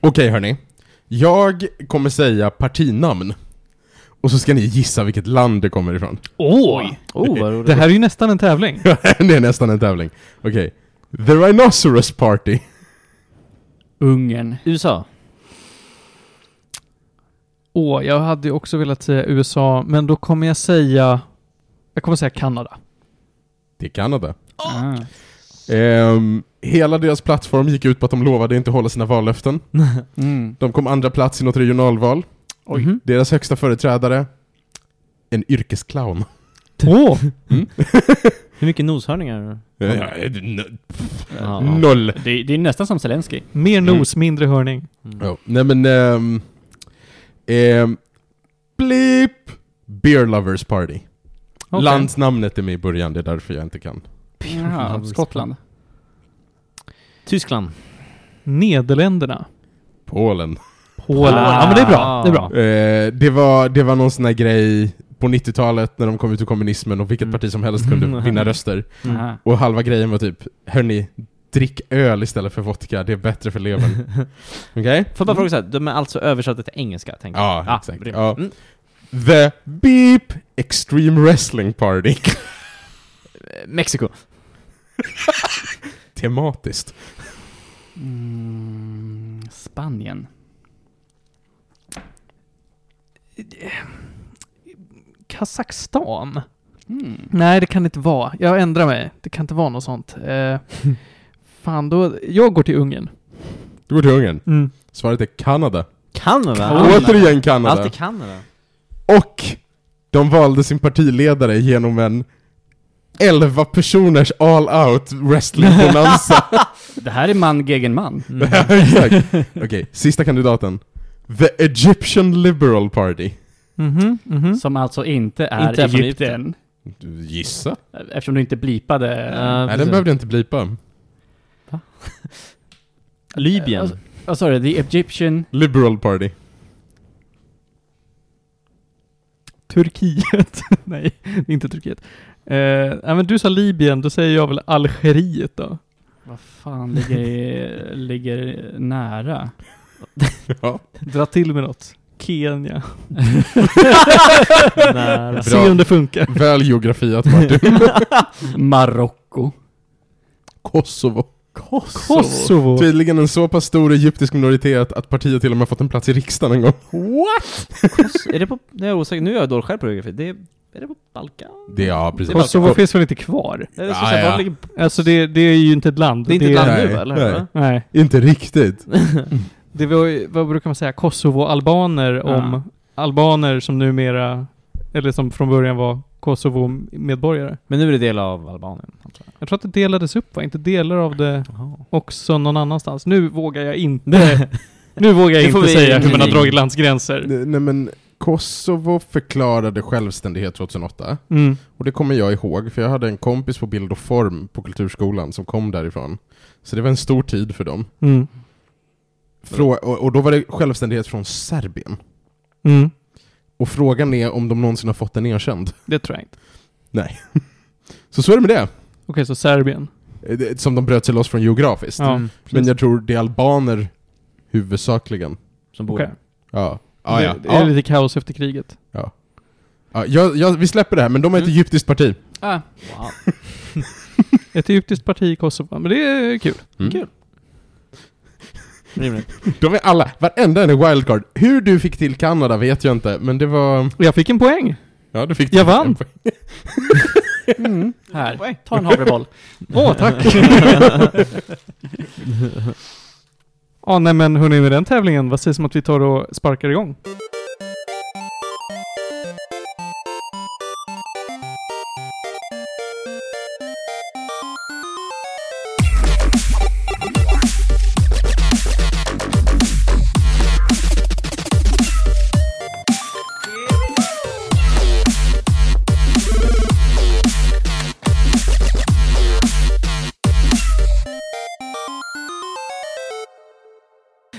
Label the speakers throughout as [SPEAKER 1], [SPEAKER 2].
[SPEAKER 1] Okej hörni. Jag kommer säga partinamn. Och så ska ni gissa vilket land det kommer ifrån.
[SPEAKER 2] Åh!
[SPEAKER 3] Oh, vad roligt.
[SPEAKER 2] Det här är ju nästan en tävling.
[SPEAKER 1] det är nästan en tävling. Okej. The Rhinoceros Party.
[SPEAKER 4] Ungern.
[SPEAKER 3] USA.
[SPEAKER 2] Åh, jag hade ju också velat säga USA, men då kommer jag säga... Jag kommer säga Kanada.
[SPEAKER 1] Det är Kanada.
[SPEAKER 4] Ah.
[SPEAKER 1] Ehm, hela deras plattform gick ut på att de lovade inte hålla sina vallöften.
[SPEAKER 4] Mm.
[SPEAKER 1] De kom andra plats i något regionalval. Mm-hmm.
[SPEAKER 4] Oj.
[SPEAKER 2] Mhm.
[SPEAKER 1] Deras högsta företrädare, en yrkesclown.
[SPEAKER 2] Åh!
[SPEAKER 3] Hur mycket noshörningar? Mm.
[SPEAKER 1] Ja, n-
[SPEAKER 3] Ja.
[SPEAKER 1] Eh, Noll.
[SPEAKER 4] Mm. Det, det är nästan som Zelensky.
[SPEAKER 2] Mer nos, mindre hörning.
[SPEAKER 3] Mm.
[SPEAKER 1] Ja, nej men... ehm, ehm, blip! Beer Lovers Party.
[SPEAKER 2] Okej.
[SPEAKER 1] Landsnamnet är med i början, det är därför jag inte kan.
[SPEAKER 4] Ja, Skottland.
[SPEAKER 3] Tyskland.
[SPEAKER 2] Nederländerna.
[SPEAKER 1] Polen.
[SPEAKER 2] Polen.
[SPEAKER 3] Ah.
[SPEAKER 2] Ja, men det är bra. Det är bra.
[SPEAKER 1] Eh, det, var, det var någon sån här grej på 90-talet när de kom ut ur kommunismen och vilket
[SPEAKER 3] Mm.
[SPEAKER 1] parti som helst kunde vinna röster.
[SPEAKER 3] Mm.
[SPEAKER 4] Aha.
[SPEAKER 1] Och halva grejen var typ, hörni, drick öl istället för vodka, det är bättre för levern. Okej?
[SPEAKER 3] Får jag bara fråga så här, de är alltså översatta till engelska? Tänker
[SPEAKER 1] Ja,
[SPEAKER 3] jag.
[SPEAKER 1] exakt.
[SPEAKER 3] rimligt.
[SPEAKER 1] Ja.
[SPEAKER 3] Mm.
[SPEAKER 1] The Beep Extreme Wrestling Party.
[SPEAKER 3] Eh, Mexiko.
[SPEAKER 1] Tematiskt.
[SPEAKER 4] Mm. Spanien.
[SPEAKER 2] Kazakstan?
[SPEAKER 4] Mm.
[SPEAKER 2] Nej, det kan det inte vara. Jag ändrar mig. Det kan inte vara något sånt. Eh, fan, då... Jag går till Ungern.
[SPEAKER 1] Du går till Ungern.
[SPEAKER 2] Mm.
[SPEAKER 1] Svaret är Kanada.
[SPEAKER 3] Kanada?
[SPEAKER 4] Kanada.
[SPEAKER 1] Återigen Kanada.
[SPEAKER 3] Allt är Kanada.
[SPEAKER 1] Och de valde sin partiledare genom en 11 personers all out wrestling bonanza.
[SPEAKER 4] Det här är man gegen man.
[SPEAKER 1] Mm. Exakt. Okej, sista kandidaten. The Egyptian Liberal Party.
[SPEAKER 2] Mhm, mhm.
[SPEAKER 4] Som alltså inte är
[SPEAKER 3] Inte är från
[SPEAKER 4] Egypten.
[SPEAKER 1] Du, Gissa?
[SPEAKER 4] Eftersom du inte blipade.
[SPEAKER 3] Eh,
[SPEAKER 1] Nej, den behövde jag inte blipa.
[SPEAKER 3] Libyen.
[SPEAKER 4] Alltså- Vad sa du? The Egyptian...
[SPEAKER 1] Liberal Party.
[SPEAKER 2] Turkiet. Nej, det är inte Turkiet. Eh, nej, men du sa Libyen, då säger jag väl Algeriet då.
[SPEAKER 4] Vad fan ligger, i- ligger nära?
[SPEAKER 1] Ja,
[SPEAKER 2] Dra till med något. Kenya.
[SPEAKER 3] Nära.
[SPEAKER 2] Se om det funkar.
[SPEAKER 1] väl geografiat Martin.
[SPEAKER 4] Marocko.
[SPEAKER 1] Kosovo.
[SPEAKER 4] Kosovo.
[SPEAKER 2] Kosovo. Typ.
[SPEAKER 1] Tydligen en så pass stor egyptisk minoritet att partiet till och med fått en plats i riksdagen en gång.
[SPEAKER 3] är det på... Det är jag osäker. Nu är jag dålig själv på geografi. Det är, är det på Balkan?
[SPEAKER 1] Det, ja, precis.
[SPEAKER 2] Kosovo finns väl inte kvar?
[SPEAKER 3] Är det,
[SPEAKER 1] Ja,
[SPEAKER 3] så, så här,
[SPEAKER 1] ja.
[SPEAKER 3] var ligger,
[SPEAKER 2] Alltså det, det är ju inte ett land.
[SPEAKER 3] det är inte ett land nu
[SPEAKER 1] nej,
[SPEAKER 3] eller?
[SPEAKER 1] nej.
[SPEAKER 2] Nej.
[SPEAKER 1] Inte riktigt.
[SPEAKER 2] Det var, ju- vad brukar man säga? Kosovo-albaner
[SPEAKER 4] Ja.
[SPEAKER 2] om albaner som numera, eller som från början var Kosovo-medborgare.
[SPEAKER 3] Men nu är det del av Albanien. antar jag.
[SPEAKER 2] Jag tror att det delades upp va? Inte delar av det också någon annanstans. Nu vågar jag inte, nu vågar jag
[SPEAKER 3] Det får
[SPEAKER 2] inte
[SPEAKER 3] vi-
[SPEAKER 2] säga hur man har
[SPEAKER 3] Nej.
[SPEAKER 2] dragit landsgränser.
[SPEAKER 1] Nej nej, men Kosovo förklarade självständighet 2008.
[SPEAKER 2] Mm.
[SPEAKER 1] Och det kommer jag ihåg, för jag hade en kompis på bild och form på kulturskolan som kom därifrån. Så det var en stor tid för dem.
[SPEAKER 2] Mm.
[SPEAKER 1] Frå- och, och då var det självständighet från Serbien.
[SPEAKER 2] Mm.
[SPEAKER 1] Och frågan är om de någonsin har fått den erkänd.
[SPEAKER 2] Det tror jag inte.
[SPEAKER 1] Så så är det med det.
[SPEAKER 2] Okej, så Serbien.
[SPEAKER 1] Eh, det. Som de bröt sig loss från geografiskt.
[SPEAKER 2] Ja.
[SPEAKER 3] Mm.
[SPEAKER 1] Men jag tror det är albaner huvudsakligen.
[SPEAKER 3] Som bor
[SPEAKER 2] Okej.
[SPEAKER 3] där.
[SPEAKER 1] Ja. Ah, ja.
[SPEAKER 2] Det, det är
[SPEAKER 1] Ja.
[SPEAKER 2] lite kaos efter kriget.
[SPEAKER 1] Ja, jag, jag, vi släpper det här, men de är ett
[SPEAKER 3] Mm.
[SPEAKER 1] egyptiskt parti.
[SPEAKER 4] Ah,
[SPEAKER 3] Wow.
[SPEAKER 2] Ett egyptiskt parti i Kosovo, men det är kul.
[SPEAKER 1] Mm.
[SPEAKER 3] Kul. Rimligt.
[SPEAKER 1] De är alla, varenda en är wildcard. Hur du fick till Kanada vet jag inte, men det var...
[SPEAKER 2] Och jag fick en poäng.
[SPEAKER 1] Ja, du fick
[SPEAKER 2] Jag vann.
[SPEAKER 4] Mm. Här, ta en havreboll.
[SPEAKER 2] Åh, tack! Ja, Ah, nej men hörni, med den tävlingen, vad sägs om att vi tar och sparkar igång?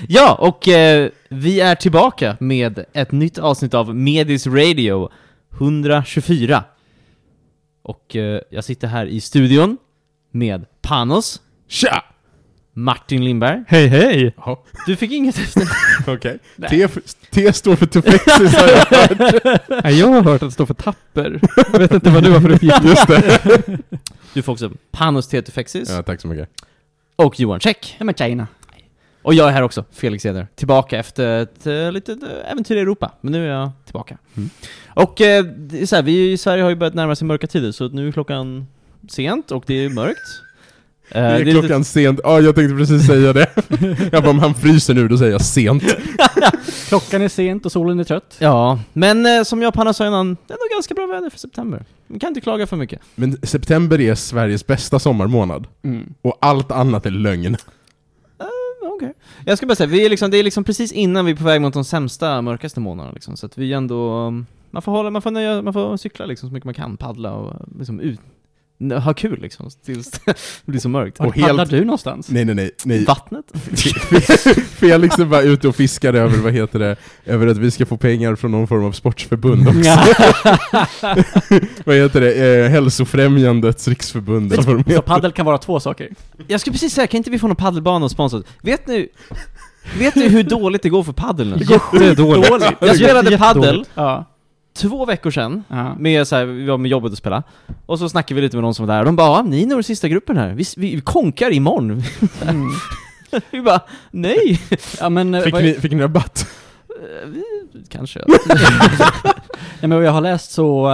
[SPEAKER 3] Ja, och eh, vi är tillbaka med ett nytt avsnitt av Medis Radio 124. Och eh, jag sitter här i studion med Panos,
[SPEAKER 1] Tja!
[SPEAKER 3] Martin Lindberg.
[SPEAKER 2] Hej hej!
[SPEAKER 1] Jaha,
[SPEAKER 3] Du fick inget efter.
[SPEAKER 1] okej. T, för- T står för Tufexis har jag hört.
[SPEAKER 2] Nej, jag har hört att det står för tapper. Jag vet inte vad du har för uppgift.
[SPEAKER 1] Just det.
[SPEAKER 3] Du får också Panos Tetufexis
[SPEAKER 1] Ja, tack så mycket.
[SPEAKER 3] och Johan Check.
[SPEAKER 4] Ja men China.
[SPEAKER 3] Och jag är här också, Felix Eder. Tillbaka efter ett eh, litet eh, äventyr i Europa. Men nu är jag tillbaka.
[SPEAKER 1] Mm.
[SPEAKER 3] Och eh, det är så här, vi i Sverige har ju börjat närma sig mörka tider, så att nu är klockan sent och det är mörkt. Eh,
[SPEAKER 1] Det är
[SPEAKER 3] lite-
[SPEAKER 1] klockan sent. Ja, jag tänkte precis säga det. Jag bara, om han fryser nu, då säger jag sent.
[SPEAKER 4] Klockan är sent och solen är trött.
[SPEAKER 3] Ja, men eh, som jag och Panna sa innan, det är nog ganska bra väder för september. Man kan inte klaga för mycket.
[SPEAKER 1] Men september är Sveriges bästa sommarmånad.
[SPEAKER 4] Mm.
[SPEAKER 1] Och allt annat är lögn.
[SPEAKER 3] Okay. Eh, Jag ska bara säga, vi är liksom, det är liksom precis innan vi är på väg mot de sämsta, mörkaste månaderna liksom, så att vi ändå... um, Man får, hålla, man får, nöja, man får cykla liksom så mycket man kan, paddla och uh, liksom ut, n- ha kul liksom, tills det blir så mörkt.
[SPEAKER 1] Och
[SPEAKER 4] Vart
[SPEAKER 1] helt-
[SPEAKER 4] paddlar du någonstans?
[SPEAKER 1] Nej, nej, nej. nej.
[SPEAKER 3] Vattnet?
[SPEAKER 1] Felix är bara ute och fiskar över, vad heter det, över att vi ska få pengar från någon form av sportförbund också. vad heter det, eh, Hälsofrämjandets riksförbund eller vad de
[SPEAKER 4] Så
[SPEAKER 1] heter.
[SPEAKER 4] paddel kan vara två saker.
[SPEAKER 3] Jag skulle precis säga, kan inte vi få någon paddelbana och sponsor? Vet ni, vet ni hur dåligt det går för paddeln? nu?
[SPEAKER 2] Jättedåligt.
[SPEAKER 3] Jag spelade paddel
[SPEAKER 4] Ja.
[SPEAKER 3] två veckor sedan,
[SPEAKER 4] ja.
[SPEAKER 3] med, så här, vi var med jobbet och spela Och så snackade vi lite med någon som var där, och de bara ah, 'Ni är nog den sista gruppen här, vi, vi konkar imorgon'
[SPEAKER 4] Mm.
[SPEAKER 3] Vi bara 'Nej'
[SPEAKER 4] Ja men, eh,
[SPEAKER 1] Fick
[SPEAKER 4] vad,
[SPEAKER 1] ni, fick ni rabatt?
[SPEAKER 3] Eh, vi- Kanske
[SPEAKER 4] ja, men vad jag har läst så eh,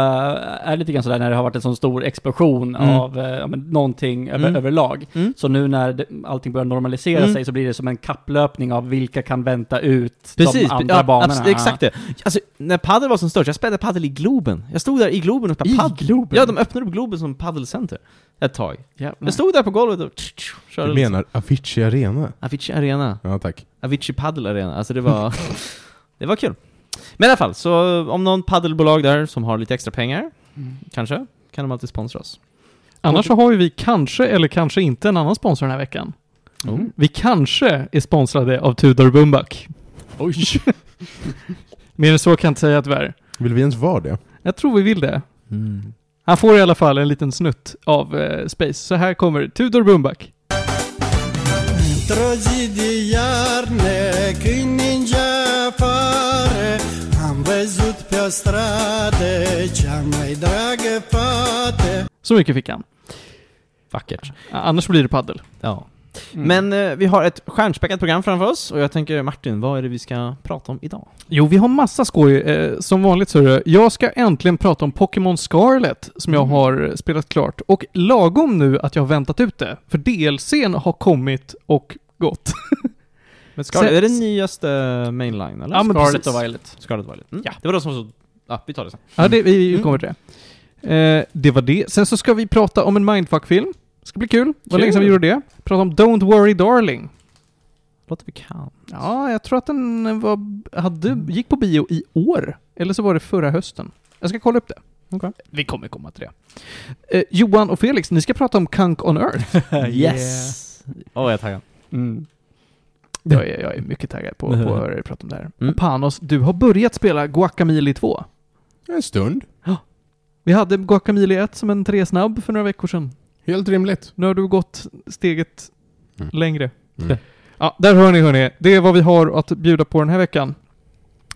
[SPEAKER 4] är det lite grann sådär när det har varit en sån stor explosion
[SPEAKER 3] Mm.
[SPEAKER 4] av eh, ja, men, någonting över,
[SPEAKER 3] Mm.
[SPEAKER 4] överlag.
[SPEAKER 3] Mm.
[SPEAKER 4] Så nu när det, allting börjar normalisera
[SPEAKER 3] Mm.
[SPEAKER 4] sig så blir det som en kapplöpning av vilka kan vänta ut
[SPEAKER 3] Precis,
[SPEAKER 4] de andra banorna.
[SPEAKER 3] abs- exakt det Alltså, när padel var som störst, jag spelade padel i Globen Jag stod där i Globen och spelade
[SPEAKER 4] I
[SPEAKER 3] padel
[SPEAKER 4] Globen? Mm.
[SPEAKER 3] Ja, de öppnade upp Globen som padelcenter ett tag
[SPEAKER 4] Jävlar.
[SPEAKER 3] Jag stod där på golvet och tsch, tsch, körde
[SPEAKER 1] Du
[SPEAKER 3] lite.
[SPEAKER 1] menar Avicii Arena?
[SPEAKER 3] Avicii Arena
[SPEAKER 1] Ja, tack.
[SPEAKER 3] Avicii Paddle Arena, alltså det var... det var kul. Men i alla fall, så om någon paddelbolag där som har lite extra pengar,
[SPEAKER 4] Mm.
[SPEAKER 3] kanske, kan de alltid sponsra oss.
[SPEAKER 2] Annars så har ju vi kanske, eller kanske inte, en annan sponsor den här veckan.
[SPEAKER 1] Oh.
[SPEAKER 4] Mm.
[SPEAKER 2] Vi kanske är sponsrade av Tudor Bumbak.
[SPEAKER 1] Oj!
[SPEAKER 2] Mer än så kan jag inte säga tyvärr.
[SPEAKER 1] Vill vi ens vara det?
[SPEAKER 2] Jag tror vi vill det.
[SPEAKER 4] Mm.
[SPEAKER 2] Han får i alla fall en liten snutt av eh, Space. Så här kommer Tudor Bumbak.
[SPEAKER 5] Drodzy diyar ne când ninja fare Am văzut pe stradă cea mai dragă fată
[SPEAKER 2] Så mycket fick han.
[SPEAKER 3] Vackert.
[SPEAKER 2] Ja, Annars blir det paddel.
[SPEAKER 3] Ja.
[SPEAKER 4] Mm.
[SPEAKER 3] Men eh, vi har ett stjärnspäckat program framför oss och jag tänker Martin, vad är det vi ska prata om idag?
[SPEAKER 2] Jo, vi har massa skoj. Eh, som vanligt så är det. Jag ska äntligen prata om Pokémon Scarlet som
[SPEAKER 3] Mm.
[SPEAKER 2] jag har eh, spelat klart. Och lagom nu att jag har väntat ut det. För DLCn har kommit och gått.
[SPEAKER 3] Men
[SPEAKER 2] Sen-
[SPEAKER 3] är det nyaste mainline eller?
[SPEAKER 2] Ja, men
[SPEAKER 3] Scarlet
[SPEAKER 2] precis.
[SPEAKER 3] och Violet. Scarlet och Violet. Mm.
[SPEAKER 2] Ja.
[SPEAKER 3] Det var de som var så... Ja, vi tar det sen.
[SPEAKER 2] Ja, det, vi
[SPEAKER 3] Mm.
[SPEAKER 2] kommer till det. Eh, det var det. Sen så ska vi prata om en Mindfuck-film. Ska bli kul. Det var
[SPEAKER 3] Kul.
[SPEAKER 2] länge sedan vi gjorde det. Prata om Don't Worry Darling.
[SPEAKER 3] Låter bekant.
[SPEAKER 2] Ja, jag tror att den var, hade, gick på bio i år. Eller så var det förra hösten. Jag ska kolla upp det.
[SPEAKER 3] Okej.
[SPEAKER 2] Vi kommer komma till det. Eh, Johan och Felix, ni ska prata om Kunk on Earth.
[SPEAKER 3] Yes! Åh, jag är taggad.
[SPEAKER 4] Mm.
[SPEAKER 2] Jag är, jag är mycket taggad på, på att höra er prata om det här.
[SPEAKER 3] Mm.
[SPEAKER 2] Och Panos, du har börjat spela Guacamole 2.
[SPEAKER 1] En stund.
[SPEAKER 2] Vi hade Guacamole 1 som en tresnabb för några veckor sedan.
[SPEAKER 1] Helt rimligt.
[SPEAKER 2] Nu har du gått steget
[SPEAKER 1] Mm.
[SPEAKER 2] längre.
[SPEAKER 1] Mm.
[SPEAKER 2] Ja, där hör ni hörni. Det är vad vi har att bjuda på den här veckan.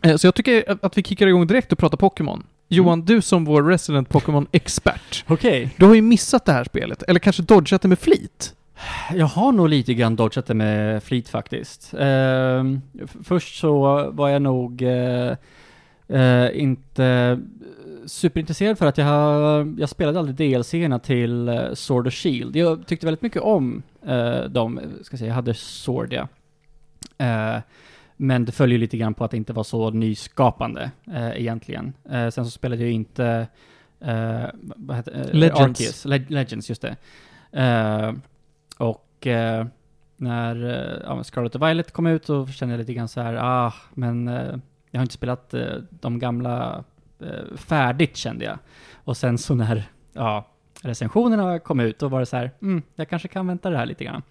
[SPEAKER 2] Eh, Så jag tycker att- att vi kickar igång direkt och pratar Pokémon. Johan, du som vår resident Pokémon-expert.
[SPEAKER 4] Okej.
[SPEAKER 2] Du har ju missat det här spelet, eller kanske dodgat det med flit.
[SPEAKER 4] Jag har nog lite grann dodgat det med flit faktiskt. Ehm, f- först så var jag nog eh, eh, inte superintresserad för att jag, har, jag spelade aldrig DLC-erna till eh, Sword och Shield. Jag tyckte väldigt mycket om eh, dem, ska jag säga, jag hade Sword ja. Eh, men det följer lite grann på att det inte var så nyskapande eh, egentligen. Eh, sen så spelade jag ju inte eh, vad heter, eh,
[SPEAKER 2] Legends.
[SPEAKER 4] Arceus. Le- Legends, just det. Eh, och eh, när eh, ja, men Scarlet och Violet kom ut så kände jag lite grann så här, ah, men eh, jag har inte spelat eh, de gamla eh, färdigt kände jag. Och sen så när ja, recensionerna kom ut, då var det så här, mm, jag kanske kan vänta det här lite grann.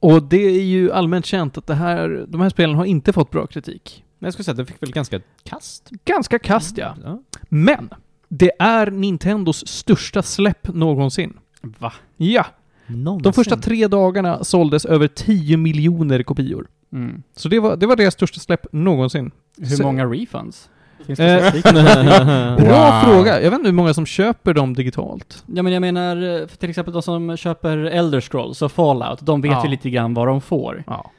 [SPEAKER 2] Och det är ju allmänt känt att det här, de här spelen har inte fått bra kritik. Mm.
[SPEAKER 3] Men jag skulle säga att det fick väl ganska kast?
[SPEAKER 2] Ganska kast ja. Men! Det är Nintendos största släpp någonsin.
[SPEAKER 4] Va?
[SPEAKER 2] Ja!
[SPEAKER 3] Någonsin.
[SPEAKER 2] De första tre dagarna såldes över 10 miljoner kopior.
[SPEAKER 4] Mm.
[SPEAKER 2] Så det var, det var deras största släpp någonsin.
[SPEAKER 4] Hur
[SPEAKER 2] Så-
[SPEAKER 4] många refunds? Finns
[SPEAKER 2] Eh,
[SPEAKER 4] det statistik?
[SPEAKER 1] Wow.
[SPEAKER 2] Bra fråga! Jag vet inte hur många som köper dem digitalt.
[SPEAKER 4] Ja men jag menar, eh, för till exempel de som köper Elder Scrolls och Fallout, de vet
[SPEAKER 2] Ja.
[SPEAKER 4] ju lite grann vad de får.
[SPEAKER 2] Ja.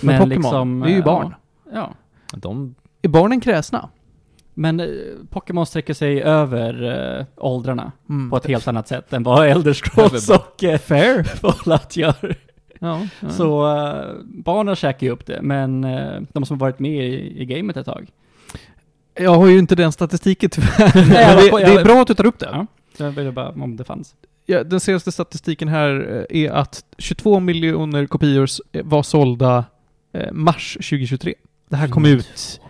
[SPEAKER 2] Men, Pokémon, det är ju
[SPEAKER 4] eh,
[SPEAKER 2] barn.
[SPEAKER 4] Ja. ja.
[SPEAKER 3] De...
[SPEAKER 2] Är barnen kräsna?
[SPEAKER 4] Men eh, Pokémon sträcker sig över eh, åldrarna
[SPEAKER 2] Mm.
[SPEAKER 4] på ett helt annat sätt än vad Elder Scrolls och eh,
[SPEAKER 2] Fair.
[SPEAKER 4] Fallout gör.
[SPEAKER 2] Ja, ja.
[SPEAKER 3] Mm.
[SPEAKER 4] Så eh, barnen käkar ju upp det, men eh, de som har varit med i, i gamet ett tag.
[SPEAKER 2] Jag har ju inte den statistiken tyvärr.
[SPEAKER 4] Nej, jag var på-
[SPEAKER 2] det, det är
[SPEAKER 4] jag-
[SPEAKER 2] bra att du tar upp det.
[SPEAKER 4] Ja. Så jag ville bara om det fanns.
[SPEAKER 2] Ja, den senaste statistiken här eh, är att 22 miljoner kopior s- eh, var sålda eh, mars 2023. Det här kom ut...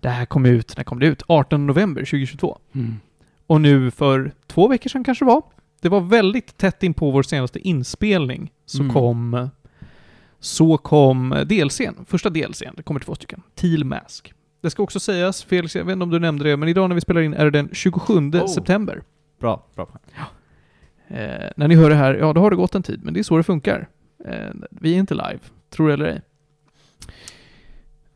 [SPEAKER 2] Det här kom ut, när kom det ut? 18 november 2022.
[SPEAKER 3] Mm.
[SPEAKER 2] Och nu för två veckor sedan kanske det var. Det var väldigt tätt in på vår senaste inspelning så
[SPEAKER 4] Mm.
[SPEAKER 2] kom... Så kom DLCn, första DLCn, det kommer två stycken. Teal Mask. Det ska också sägas, Felix, jag vet inte om du nämnde det, men idag när vi spelar in är det den 27
[SPEAKER 3] Oh.
[SPEAKER 2] september.
[SPEAKER 3] Bra, bra poäng.
[SPEAKER 2] Eh, när ni hör det här, ja då har det gått en tid, men det är så det funkar. Eh, vi är inte live, tror det eller ej.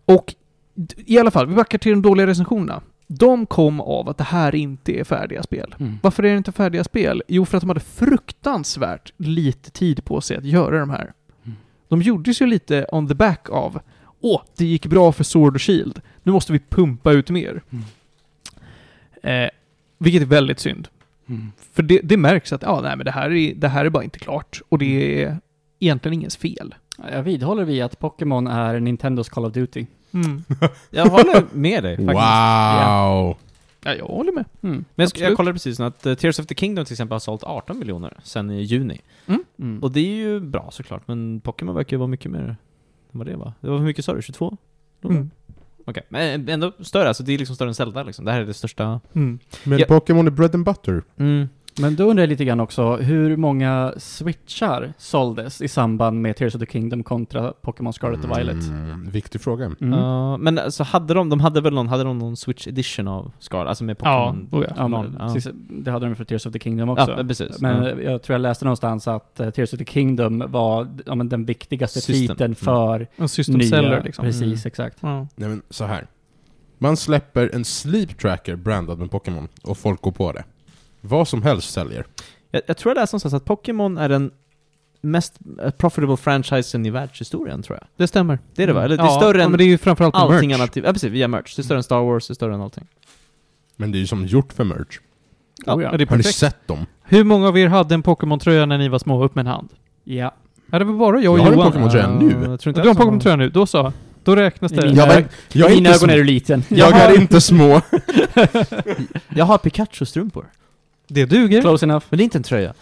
[SPEAKER 2] Och d- i alla fall, vi backar till de dåliga recensionerna. De kom av att det här inte är färdiga spel. Varför är det inte färdiga spel? Jo, för att de hade fruktansvärt lite tid på sig att göra de här.
[SPEAKER 4] Mm.
[SPEAKER 2] De gjordes ju lite on the back av Åh, det gick bra för Sword och Shield. Nu måste vi pumpa ut mer.
[SPEAKER 3] Mm.
[SPEAKER 2] Eh, vilket är väldigt synd. För det, det märks att ja, nej, men det, här är, det här är bara inte klart och det
[SPEAKER 3] Mm.
[SPEAKER 2] är egentligen ingens fel.
[SPEAKER 4] Jag vidhåller vi att Pokémon är Nintendos Call of Duty.
[SPEAKER 3] Mm. Jag håller med dig faktiskt.
[SPEAKER 1] Wow!
[SPEAKER 2] Ja, jag håller med.
[SPEAKER 4] Mm.
[SPEAKER 3] Men jag, sk- jag
[SPEAKER 2] Absolut.
[SPEAKER 3] kollade precis nu att eh, Tears of the Kingdom till exempel har sålt 18 miljoner sen i juni.
[SPEAKER 4] Mm.
[SPEAKER 3] Och det är ju bra såklart, men Pokémon verkar ju vara mycket mer än vad det var. Det var hur mycket sa du? 22?
[SPEAKER 2] Mm.
[SPEAKER 3] Okej, men ändå större. Alltså det är liksom större än Zelda liksom. Det här är det största...
[SPEAKER 2] Mm.
[SPEAKER 1] Men
[SPEAKER 3] Ja.
[SPEAKER 1] Pokémon är bread and butter.
[SPEAKER 3] mm.
[SPEAKER 4] Men då undrar jag lite grann också, hur många switchar såldes i samband med Tears of the Kingdom kontra Pokémon Scarlet och Violet?
[SPEAKER 1] Mm, viktig fråga.
[SPEAKER 4] Mm.
[SPEAKER 3] Ja, men så alltså, hade de, de hade väl någon, hade de någon Switch edition av Scar? Alltså med
[SPEAKER 2] Ja,
[SPEAKER 3] Pokémon?
[SPEAKER 2] oh ja.
[SPEAKER 4] Ja,
[SPEAKER 3] Noll,
[SPEAKER 4] men,
[SPEAKER 3] ja.
[SPEAKER 4] precis, det hade de för Tears of the Kingdom också.
[SPEAKER 3] ja men precis. Mm.
[SPEAKER 4] men
[SPEAKER 3] ja.
[SPEAKER 4] eh, jag tror jag läste någonstans att eh, Tears of the Kingdom var ja, men den viktigaste
[SPEAKER 3] System.
[SPEAKER 4] titeln
[SPEAKER 3] Mm.
[SPEAKER 4] för
[SPEAKER 2] En system
[SPEAKER 4] nya...
[SPEAKER 2] seller liksom.
[SPEAKER 4] Precis,
[SPEAKER 3] Mm.
[SPEAKER 4] exakt.
[SPEAKER 2] Ja.
[SPEAKER 1] Nej men så här. Man släpper en sleep tracker brandad med Pokémon och folk går på det. Vad som helst säljer.
[SPEAKER 3] jag, jag tror det är som sagt att Pokémon är den mest eh, profitable franchisen i världshistorien tror jag.
[SPEAKER 2] Det stämmer.
[SPEAKER 3] Det är det va? Eller det är
[SPEAKER 2] ja,
[SPEAKER 3] större
[SPEAKER 2] Mm. ja,
[SPEAKER 3] än
[SPEAKER 2] men det är ju framförallt på
[SPEAKER 3] allting
[SPEAKER 2] merch.
[SPEAKER 3] annat. typ- Ja precis, via merch. Det är större än Star Wars, det är större än allting.
[SPEAKER 1] Men det är ju som gjort för merch.
[SPEAKER 2] Ja,
[SPEAKER 4] Oh, ja.
[SPEAKER 2] ja. Det är
[SPEAKER 1] Har ni
[SPEAKER 2] perfekt.
[SPEAKER 1] sett dem?
[SPEAKER 2] Hur många av er hade en Pokémon-tröja när ni var små? Upp med en hand.
[SPEAKER 4] Ja.
[SPEAKER 2] Ja, det var bara jag och
[SPEAKER 1] Jag har en
[SPEAKER 2] Johan.
[SPEAKER 1] Pokémon-tröja
[SPEAKER 3] Eh,
[SPEAKER 1] nu.
[SPEAKER 3] jag tror
[SPEAKER 2] Du
[SPEAKER 3] inte
[SPEAKER 2] har en
[SPEAKER 3] att de har-
[SPEAKER 2] Pokémon-tröja nu, då så. Då räknas det.
[SPEAKER 4] I mina- Ja, men-
[SPEAKER 1] jag
[SPEAKER 4] I
[SPEAKER 1] är
[SPEAKER 4] mina
[SPEAKER 1] inte
[SPEAKER 4] ögon
[SPEAKER 1] små.
[SPEAKER 4] är du liten.
[SPEAKER 1] Jag är inte små.
[SPEAKER 3] Jag har Pikachu-strumpor.
[SPEAKER 2] Det duger.
[SPEAKER 4] Close enough.
[SPEAKER 3] Men det är inte en tröja.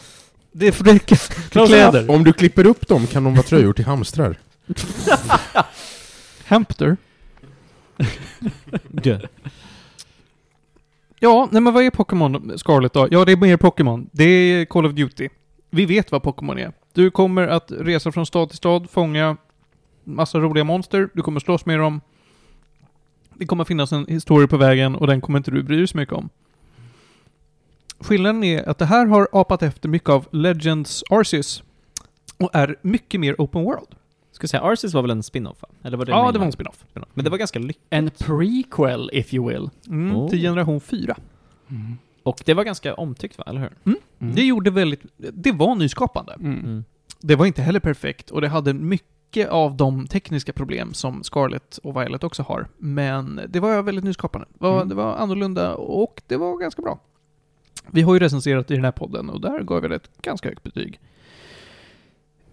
[SPEAKER 2] Det är för det är kläder.
[SPEAKER 1] Om du klipper upp dem kan de vara tröjor till hamstrar.
[SPEAKER 2] Hampter.
[SPEAKER 3] Du.
[SPEAKER 2] Ja, nej men vad är Pokémon Scarlet då? Ja, det är mer Pokémon. Det är Call of Duty. Vi vet vad Pokémon är. Du kommer att resa från stad till stad, fånga massa roliga monster, du kommer slåss med dem. Det kommer finnas en historia på vägen och den kommer inte du bry dig så mycket om. Skillnaden är att det här har apat efter mycket av Legends Arceus och är mycket mer open world.
[SPEAKER 3] Ska säga, Arceus var väl en spin-off va? Eller var det
[SPEAKER 2] Ja,
[SPEAKER 3] main
[SPEAKER 2] det var
[SPEAKER 3] line?
[SPEAKER 2] en spin-off.
[SPEAKER 3] spin-off. Men det var ganska lyckat.
[SPEAKER 4] En prequel, if you will.
[SPEAKER 2] Mm,
[SPEAKER 3] Oh.
[SPEAKER 2] Till generation 4.
[SPEAKER 3] Och det var ganska omtyckt va, eller hur?
[SPEAKER 4] Mm.
[SPEAKER 2] Det gjorde väldigt... Det var nyskapande.
[SPEAKER 4] Mm.
[SPEAKER 2] Det var inte heller perfekt och det hade mycket av de tekniska problem som Scarlett och Violet också har. Men det var väldigt nyskapande. Det var,
[SPEAKER 4] Mm.
[SPEAKER 2] det var annorlunda och det var ganska bra. Vi har ju recenserat i den här podden och där gav vi det ett ganska högt betyg.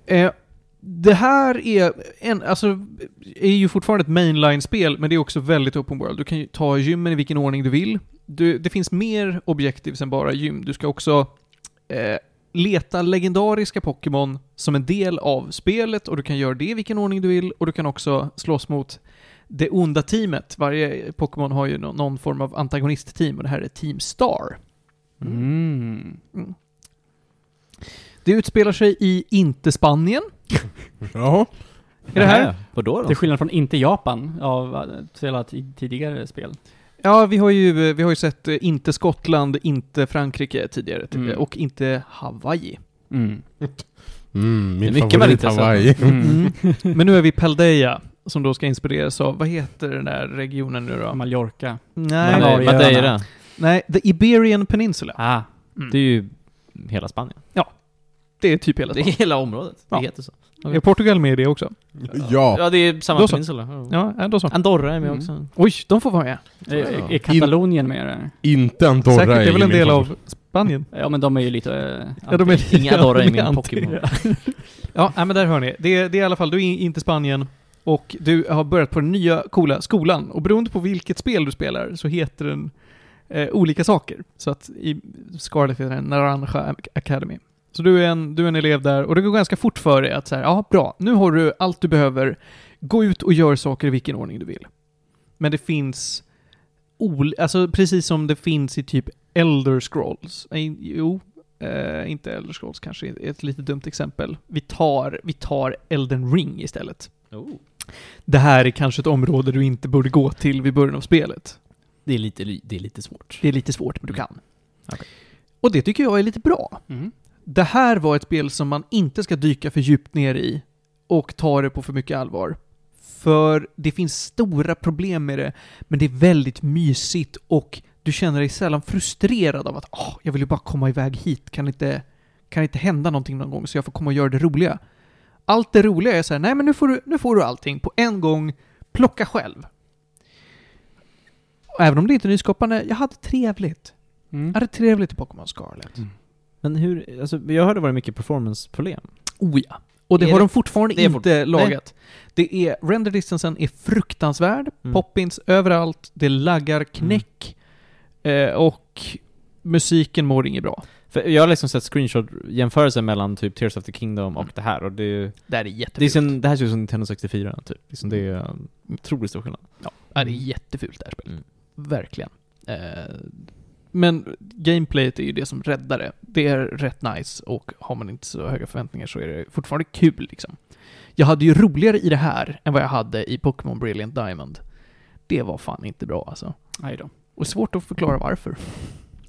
[SPEAKER 2] Eh, det här är, en, alltså, är ju fortfarande ett mainline-spel, men det är också väldigt open world. Du kan ju ta gymmen i vilken ordning du vill. Du, det finns mer objektiv än bara gym. Du ska också eh, leta legendariska Pokémon som en del av spelet och du kan göra det i vilken ordning du vill och du kan också slåss mot det onda teamet. Varje Pokémon har ju nå- någon form av antagonistteam och det här är Team Star.
[SPEAKER 4] Mm.
[SPEAKER 2] Det utspelar sig i inte Spanien.
[SPEAKER 1] Jaha.
[SPEAKER 2] Är det här?
[SPEAKER 3] Nähä, Vadå då?
[SPEAKER 4] Till skillnad från inte Japan av eh, hela ti- tidigare spel.
[SPEAKER 2] Ja, vi har ju, vi har ju sett eh, inte
[SPEAKER 3] Mm.
[SPEAKER 2] Skottland, inte Frankrike tidigare
[SPEAKER 4] Mm.
[SPEAKER 2] och inte Hawaii.
[SPEAKER 1] Mm,
[SPEAKER 3] Det är
[SPEAKER 1] min
[SPEAKER 3] mycket
[SPEAKER 1] favorit
[SPEAKER 3] valuta, så.
[SPEAKER 1] Hawaii.
[SPEAKER 4] Mm.
[SPEAKER 2] Men nu är vi i Peldeja, som då ska inspireras av, vad heter den där regionen nu då?
[SPEAKER 4] Mallorca.
[SPEAKER 2] Nej, nej,
[SPEAKER 4] Malawi. Malariaöarna.
[SPEAKER 3] Madeira.
[SPEAKER 2] nej, The Iberian Peninsula.
[SPEAKER 4] Ah.
[SPEAKER 3] Det är ju hela Spanien.
[SPEAKER 2] Det är typ hela
[SPEAKER 3] Det är
[SPEAKER 2] Spanien.
[SPEAKER 3] hela området.
[SPEAKER 2] Ja.
[SPEAKER 3] Det heter så.
[SPEAKER 2] Är Portugal med i det också?
[SPEAKER 1] Ja.
[SPEAKER 3] Ja, det är samma
[SPEAKER 2] Då så.
[SPEAKER 3] peninsula. Ja.
[SPEAKER 2] Ja, äh, då så.
[SPEAKER 3] Andorra är med
[SPEAKER 4] Mm.
[SPEAKER 3] också.
[SPEAKER 2] Oj, de får vara med.
[SPEAKER 4] Är, är- är Katalonien med där?
[SPEAKER 1] Inte Andorra
[SPEAKER 2] Säkert, det är väl en
[SPEAKER 1] min
[SPEAKER 2] del
[SPEAKER 1] favorit.
[SPEAKER 2] av Spanien?
[SPEAKER 4] Ja men de är ju lite... eh,
[SPEAKER 2] Ja, de är,
[SPEAKER 3] Inga Andorra i
[SPEAKER 2] de är
[SPEAKER 3] min
[SPEAKER 2] anti-
[SPEAKER 3] Pokémon.
[SPEAKER 2] Ja, nej, men där hör ni. Det, är- det är i alla fall, du är in- inte i Spanien och du har börjat på den nya coola skolan. Och beroende på vilket spel du spelar så heter den eh, olika saker. Så att i Scarlet heter den Naranja Academy. Så du är, en, du är en elev där och det går ganska fort för dig att säga ja bra, nu har du allt du behöver. Gå ut och gör saker i vilken ordning du vill. Men det finns, ol- alltså precis som det finns i typ Elder Scrolls. Nej, Jo, Eh, inte Elder Scrolls kanske är ett lite dumt exempel. Vi tar, vi tar Elden Ring istället.
[SPEAKER 3] Oh.
[SPEAKER 2] Det här är kanske ett område du inte borde gå till vid början av spelet.
[SPEAKER 3] Det är lite, ly- det är lite svårt.
[SPEAKER 2] Det är lite svårt, men du kan.
[SPEAKER 3] Okej.
[SPEAKER 2] Och det tycker jag är lite bra.
[SPEAKER 4] Mm.
[SPEAKER 2] Det här var ett spel som man inte ska dyka för djupt ner i och ta det på för mycket allvar. För det finns stora problem med det, men det är väldigt mysigt och du känner dig sällan frustrerad av att "Ah, jag vill ju bara komma iväg hit, kan det inte, kan det inte hända någonting någon gång så jag får komma och göra det roliga?” Allt det roliga är så här, nej men nu får du, nu får du allting på en gång, plocka själv. Och Även om det inte är nyskapande, jag hade trevligt.
[SPEAKER 4] Mm.
[SPEAKER 2] Jag hade trevligt i Pokémon Scarlet.
[SPEAKER 3] Men hur, alltså, jag hörde det var mycket performance-problem.
[SPEAKER 2] Oh ja. Och det
[SPEAKER 3] Är
[SPEAKER 2] har
[SPEAKER 3] det-
[SPEAKER 2] de fortfarande
[SPEAKER 3] det är
[SPEAKER 2] inte
[SPEAKER 3] fort- nej.
[SPEAKER 2] lagat. Det är, renderdistansen är fruktansvärd.
[SPEAKER 3] Mm.
[SPEAKER 2] Poppins överallt, det laggar knäck. Eh, och musiken mår inget bra.
[SPEAKER 3] För jag har liksom sett screenshot-jämförelser mellan typ Tears of the Kingdom och det här och det, är-
[SPEAKER 2] Det här är
[SPEAKER 3] det, är
[SPEAKER 2] jättefult.
[SPEAKER 3] sen, det här ser ut som Nintendo 64 typ. Liksom det är um, otroligt stor skillnad.
[SPEAKER 2] Ja, det är jättefult det här spelet.
[SPEAKER 3] Mm.
[SPEAKER 2] Verkligen. Eh, men gameplayet är ju det som räddar det. Det är rätt nice och har man inte så höga förväntningar så är det fortfarande kul liksom. Jag hade ju roligare i det här än vad jag hade i Pokémon Brilliant Diamond. Det var fan inte bra alltså.
[SPEAKER 4] Aj då.
[SPEAKER 2] Och svårt att förklara varför.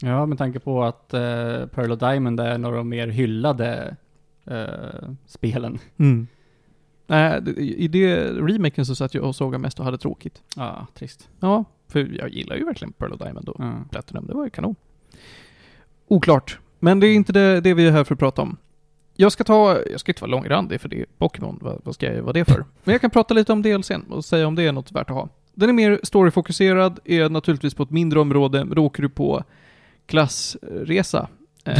[SPEAKER 4] Ja, med tanke på att eh, Pearl och Diamond är några av de mer hyllade eh, spelen.
[SPEAKER 2] Nej, det- i det remaken så satt jag och såg mest och hade tråkigt.
[SPEAKER 4] Ja, trist.
[SPEAKER 2] Ja, för jag gillar ju verkligen Pearl och Diamond och
[SPEAKER 4] Ja.
[SPEAKER 2] Platinum, det var ju kanon. Oklart. Men det är inte det, det vi är här för att prata om. Jag ska ta, jag ska inte vara långrandig för det är Pokémon, vad, vad ska jag vara det för? Men jag kan prata lite om DLCn och säga om det är något värt att ha. Den är mer storyfokuserad, är naturligtvis på ett mindre område, men då åker du på klassresa eh,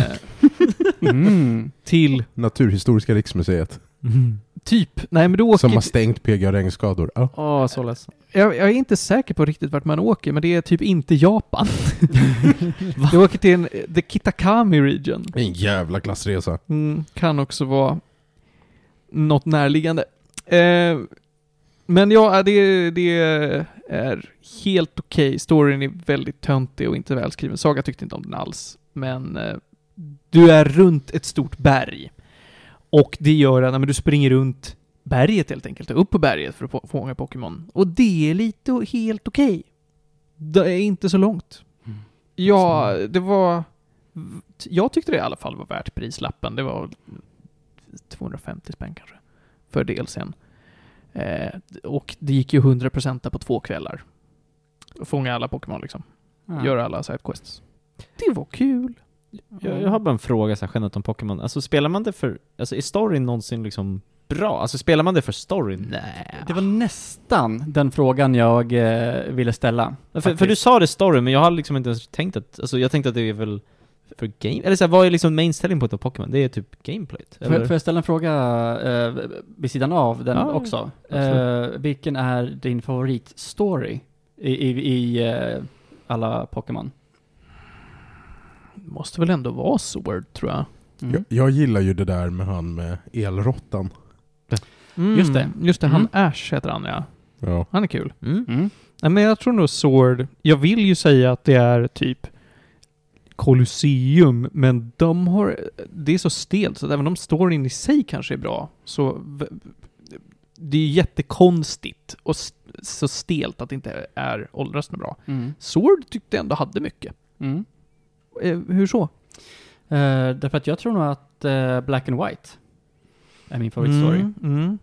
[SPEAKER 4] Mm.
[SPEAKER 2] till
[SPEAKER 1] Naturhistoriska riksmuseet.
[SPEAKER 3] Mm.
[SPEAKER 2] typ, nej men du åker
[SPEAKER 1] Som har
[SPEAKER 2] till-
[SPEAKER 1] stängt PGA regnskador. Ja.
[SPEAKER 3] Åh, så ledsen.
[SPEAKER 2] Jag, jag är inte säker på riktigt vart man åker, men det är typ inte Japan. du åker till en, eh, the Kitakami region.
[SPEAKER 1] En jävla klassresa.
[SPEAKER 2] Mm, kan också vara något närliggande. Eh, men ja, äh, det, det är helt okej. Storyn är väldigt töntig och inte välskriven. Saga tyckte inte om den alls. Men eh, du är runt ett stort berg. Och det gör att nej, men du springer runt berget helt enkelt, upp på berget för att få- fånga Pokémon. Och det är lite o- helt okej. Det är inte så långt.
[SPEAKER 4] Mm.
[SPEAKER 2] Ja, det var... Jag tyckte det i alla fall var värt prislappen. Det var 250 spänn kanske. För DLCn. Eh, och det gick ju 100% på två kvällar. Fånga alla Pokémon liksom.
[SPEAKER 4] Ja.
[SPEAKER 2] Göra alla sidequests. Det var kul.
[SPEAKER 3] Jag, jag har bara en fråga så här, generellt om Pokémon. Alltså spelar man det för, alltså är storyn någonsin liksom bra? Alltså spelar man det för storyn?
[SPEAKER 2] Nej.
[SPEAKER 4] Det var nästan den frågan jag eh, ville ställa.
[SPEAKER 3] Ja, För, för du sa det story, men jag har liksom inte ens tänkt att, alltså jag tänkte att det är väl för game, eller så här, vad är liksom main selling point av Pokémon? Det är typ gameplayt?
[SPEAKER 4] Får,
[SPEAKER 3] Eller?
[SPEAKER 4] jag- får jag ställa en fråga eh, vid sidan av den
[SPEAKER 3] Ja,
[SPEAKER 4] också? Eh,
[SPEAKER 3] absolut.
[SPEAKER 4] vilken är din favoritstory i, i, i eh, alla Pokémon?
[SPEAKER 2] Måste väl ändå vara Sword tror jag.
[SPEAKER 4] Mm.
[SPEAKER 1] Jag, jag gillar ju det där med han med elråttan.
[SPEAKER 4] Just det.
[SPEAKER 2] Just det, han
[SPEAKER 4] Mm.
[SPEAKER 2] Ash heter han ja.
[SPEAKER 1] Ja.
[SPEAKER 2] Han är kul.
[SPEAKER 3] Mm.
[SPEAKER 4] Mm.
[SPEAKER 2] Nej men jag tror nog Sword, jag vill ju säga att det är typ Colosseum, men de har, det är så stelt så att även om storyn i sig kanske är bra, så v- det är ju jättekonstigt och s- så stelt att det inte är åldras något bra.
[SPEAKER 4] Mm.
[SPEAKER 2] Sword tyckte jag ändå hade mycket.
[SPEAKER 4] Mm.
[SPEAKER 2] Eh, hur så?
[SPEAKER 4] Eh, därför att jag tror nog att eh, Black and White Är min favoritstory.
[SPEAKER 2] Mm, mm.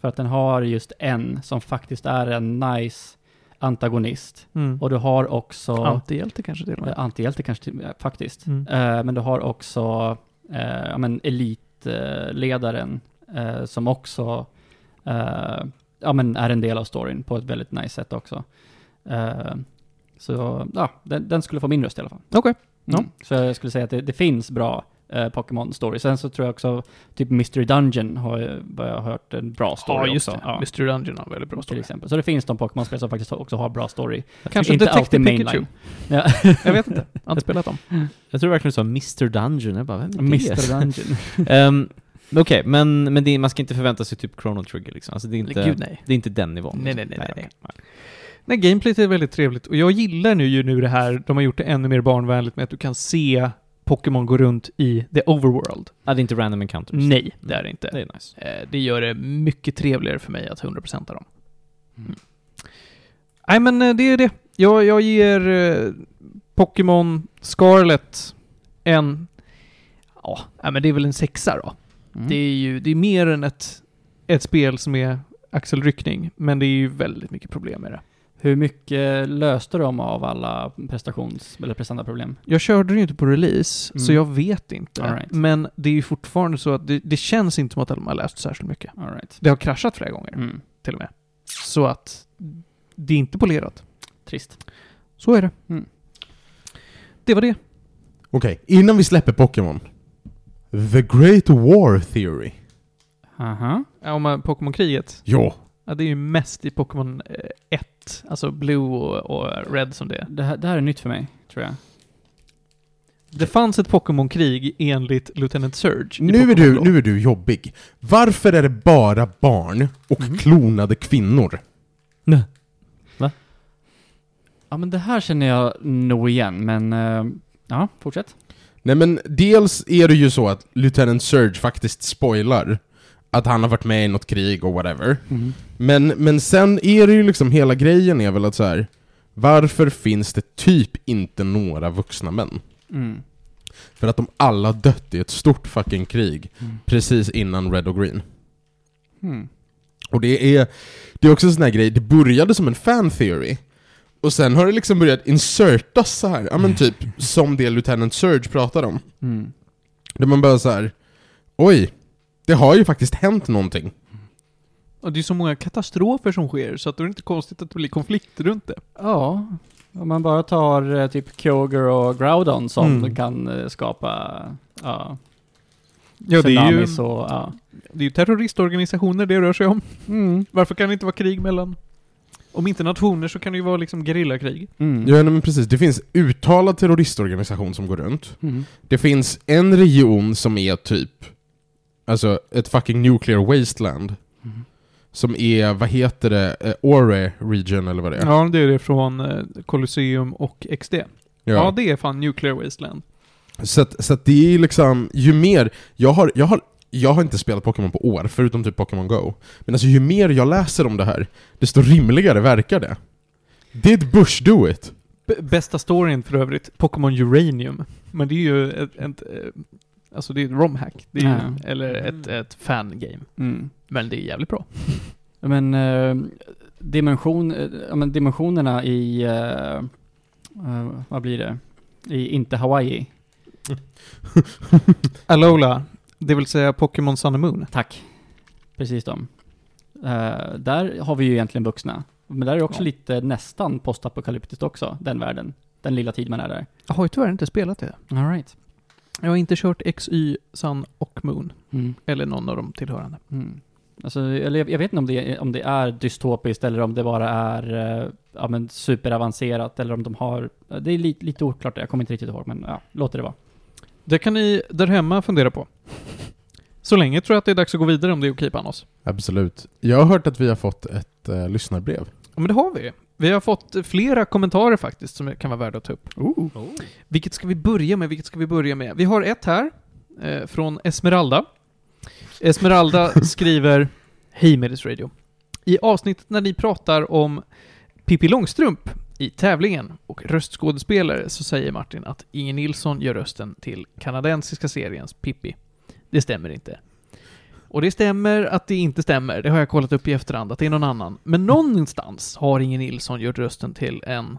[SPEAKER 4] För att den har just en som faktiskt är en nice antagonist.
[SPEAKER 2] Mm.
[SPEAKER 4] Och du har också...
[SPEAKER 2] Antihjälte kanske till och med.
[SPEAKER 4] Eh, Antihjälte kanske till, eh, faktiskt.
[SPEAKER 2] Mm.
[SPEAKER 4] Eh, men du har också eh, ja, men elitledaren eh, som också eh, ja, men är en del av storyn på ett väldigt nice sätt också. Eh, så ja, den, den skulle få min röst i alla fall.
[SPEAKER 2] Okej.
[SPEAKER 4] Mm. Så jag skulle säga att det, det finns bra eh, Pokémon story. Sen så tror jag också typ Mystery Dungeon har jag, vad jag har hört en bra story
[SPEAKER 2] Ja, just
[SPEAKER 4] också.
[SPEAKER 2] det. Mystery Dungeon har en väldigt bra
[SPEAKER 4] Till
[SPEAKER 2] story.
[SPEAKER 4] exempel. Så det finns de Pokémon-spel som faktiskt också har bra story.
[SPEAKER 2] Kanske
[SPEAKER 4] Inte alltid
[SPEAKER 2] Detective Pikachu.
[SPEAKER 4] mainline. Ja.
[SPEAKER 2] Jag vet inte. Jag har inte spelat dem.
[SPEAKER 3] Jag tror verkligen du sa Mr Dungeon, jag bara, vem är det?
[SPEAKER 4] Mr. Dungeon.
[SPEAKER 3] Ehm, men Okej, men, men det, man ska inte förvänta sig typ Chrono Trigger liksom. Alltså det är inte,
[SPEAKER 2] Gud, nej.
[SPEAKER 3] Det är inte den nivån.
[SPEAKER 2] Nej, nej, nej, nej, nej.
[SPEAKER 3] okej.
[SPEAKER 2] Nej, gameplayt är väldigt trevligt och jag gillar nu ju nu det här, de har gjort det ännu mer barnvänligt med att du kan se Pokémon gå runt i the overworld.
[SPEAKER 3] Ja, det är inte random encounters.
[SPEAKER 2] Nej, det är det inte.
[SPEAKER 3] Det är nice.
[SPEAKER 2] Eh, Det gör det mycket trevligare för mig att 100% dem. Mm. Nej, men eh, det är det. Jag, jag ger eh, Pokémon Scarlet en... Ja, nej, men det är väl en sexa då.
[SPEAKER 4] Mm.
[SPEAKER 2] Det är ju det är mer än ett, ett spel som är axelryckning, men det är ju väldigt mycket problem med det.
[SPEAKER 4] Hur mycket löste de av alla prestations eller prestandaproblem?
[SPEAKER 2] Jag körde den ju inte på release,
[SPEAKER 4] Mm.
[SPEAKER 2] så jag vet inte.
[SPEAKER 4] All right.
[SPEAKER 2] Men det är ju fortfarande så att det, det känns inte som att de har läst särskilt mycket.
[SPEAKER 4] All right.
[SPEAKER 2] Det har kraschat flera gånger,
[SPEAKER 4] Mm.
[SPEAKER 2] till och med. Så att det är inte polerat.
[SPEAKER 4] Trist.
[SPEAKER 2] Så är det.
[SPEAKER 4] Mm.
[SPEAKER 2] Det var det.
[SPEAKER 1] Okej, innan vi släpper Pokémon. The Great War Theory.
[SPEAKER 4] Aha.
[SPEAKER 2] Ja, om man- Pokémon-kriget.
[SPEAKER 1] Ja.
[SPEAKER 2] Ja, det är ju mest i Pokémon 1, alltså Blue och, och Red som det är.
[SPEAKER 4] Det här, det här är nytt för mig, tror jag.
[SPEAKER 2] Det fanns ett Pokémon-krig enligt Lieutenant Surge. i
[SPEAKER 1] Nu är,
[SPEAKER 2] Pokémon
[SPEAKER 1] du,
[SPEAKER 2] Blå.
[SPEAKER 1] nu är du jobbig. Varför är det bara barn och klonade kvinnor?
[SPEAKER 4] Ja, men det här känner jag nog igen, men eh, ja, fortsätt.
[SPEAKER 1] Nej men dels är det ju så att Lieutenant Surge faktiskt spoilar att han har varit med i något krig och whatever.
[SPEAKER 4] Mm.
[SPEAKER 1] Men, men sen är det ju liksom hela grejen är väl att så här. varför finns det typ inte några vuxna män?
[SPEAKER 4] Mm.
[SPEAKER 1] För att de alla dött i ett stort fucking krig
[SPEAKER 4] Mm.
[SPEAKER 1] precis innan Red och Green.
[SPEAKER 4] Mm.
[SPEAKER 1] Och det är, det är också en sån här grej, det började som en fan theory och sen har det liksom börjat insertas så här, ja men typ som det Lieutenant Surge pratar om.
[SPEAKER 4] Mm.
[SPEAKER 1] Där man bara så här. oj, det har ju faktiskt hänt någonting.
[SPEAKER 2] Och det är så många katastrofer som sker, så att det är inte konstigt att det blir konflikt runt det.
[SPEAKER 4] Ja, om man bara tar eh, typ Kyogre och Groudon som
[SPEAKER 2] Mm.
[SPEAKER 4] kan eh, skapa ja,
[SPEAKER 2] Ja, det är ju,
[SPEAKER 4] tsunamis och ja.
[SPEAKER 2] det är ju terroristorganisationer det rör sig om.
[SPEAKER 4] Mm.
[SPEAKER 2] Varför kan det inte vara krig mellan... Om inte nationer så kan det ju vara liksom gerillakrig.
[SPEAKER 4] Mm.
[SPEAKER 1] Ja nej, men precis, det finns uttalad terroristorganisation som går runt.
[SPEAKER 4] Mm.
[SPEAKER 1] Det finns en region som är typ, alltså ett fucking nuclear wasteland.
[SPEAKER 4] Mm.
[SPEAKER 1] Som är, vad heter det, eh, Ore region eller vad det är.
[SPEAKER 2] Ja, det är det från eh, Colosseum och XD. Ja.
[SPEAKER 1] Ja.
[SPEAKER 2] det är fan Nuclear Wasteland.
[SPEAKER 1] Så, att, så att det är liksom, ju mer, jag har, jag har jag har inte spelat Pokémon på år, förutom typ Pokémon Go. Men alltså ju mer jag läser om det här, desto rimligare verkar det. Did Bush do it?
[SPEAKER 2] B- bästa storyn för övrigt, Pokémon Uranium. Men det är ju ett... ett eh, alltså det är ett romhack. Det är ju,
[SPEAKER 4] Ja.
[SPEAKER 2] Eller ett, ett fangame.
[SPEAKER 4] Mm.
[SPEAKER 2] Men det är jävligt bra.
[SPEAKER 4] Ja, Men, eh, dimension, eh, ja, men dimensionerna i, eh, eh, vad blir det? I inte Hawaii.
[SPEAKER 2] Alola, det vill säga Pokémon Sun and Moon.
[SPEAKER 4] Tack. Precis de. Eh, där har vi ju egentligen vuxna. Men där är det också
[SPEAKER 2] Ja.
[SPEAKER 4] lite nästan postapokalyptiskt också, den världen. Den lilla tid man är där.
[SPEAKER 2] Jag har ju tyvärr inte spelat det.
[SPEAKER 4] All right.
[SPEAKER 2] Jag har inte kört XY, Sun och Moon.
[SPEAKER 4] Mm.
[SPEAKER 2] Eller någon av de tillhörande.
[SPEAKER 4] Mm. Alltså, eller jag, jag vet inte om det, om det är dystopiskt eller om det bara är eh, ja, men superavancerat eller om de har... Det är lite, lite oklart, jag kommer inte riktigt ihåg men ja, låt det vara.
[SPEAKER 2] Det kan ni där hemma fundera på. Så länge tror jag att det är dags att gå vidare om det är okej Panos.
[SPEAKER 1] Absolut. Jag har hört att vi har fått ett eh, lyssnarbrev.
[SPEAKER 2] Ja men det har vi. Vi har fått flera kommentarer faktiskt som kan vara värda att ta upp.
[SPEAKER 3] Mm.
[SPEAKER 2] Vilket ska vi börja med? Vilket ska vi börja med? Vi har ett här eh, från Esmeralda. Esmeralda skriver Hej Medis Radio. I avsnittet när ni pratar om Pippi Långstrump i tävlingen och röstskådespelare så säger Martin att Inge Nilsson gör rösten till kanadensiska seriens Pippi. Det stämmer inte. Och det stämmer att det inte stämmer, det har jag kollat upp i efterhand, att det är någon annan. Men någonstans har Inge Nilsson gjort rösten till en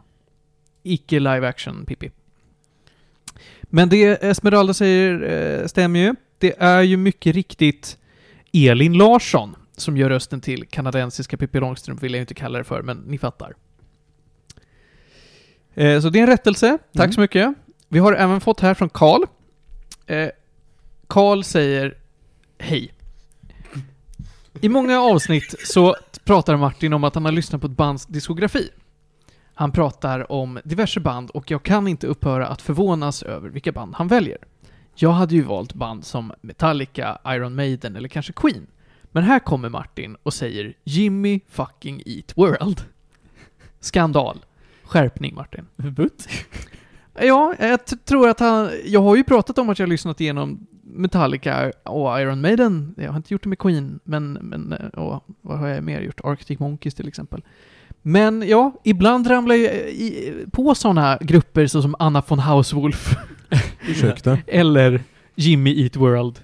[SPEAKER 2] icke live action Pippi. Men det Esmeralda säger eh, stämmer ju. Det är ju mycket riktigt Elin Larsson som gör rösten till kanadensiska Pippi Långstrump, vill jag ju inte kalla det för, men ni fattar. Eh, så det är en rättelse, tack
[SPEAKER 4] Mm.
[SPEAKER 2] så mycket. Vi har även fått här från Karl. Eh, Karl säger hej. I många avsnitt så pratar Martin om att han har lyssnat på ett bands diskografi. Han pratar om diverse band och jag kan inte upphöra att förvånas över vilka band han väljer. Jag hade ju valt band som Metallica, Iron Maiden eller kanske Queen. Men här kommer Martin och säger Jimmy fucking Eat World. Skandal. Skärpning Martin.
[SPEAKER 4] Butt?
[SPEAKER 2] Ja, jag t- tror att han... Jag har ju pratat om att jag har lyssnat igenom Metallica och Iron Maiden. Jag har inte gjort det med Queen, men... men eh, och, vad har jag mer gjort? Arctic Monkeys till exempel. Men ja, ibland ramlar jag i, på sådana grupper såsom Anna von Hauswolf
[SPEAKER 1] Ursäkta.
[SPEAKER 2] eller Jimmy Eat World.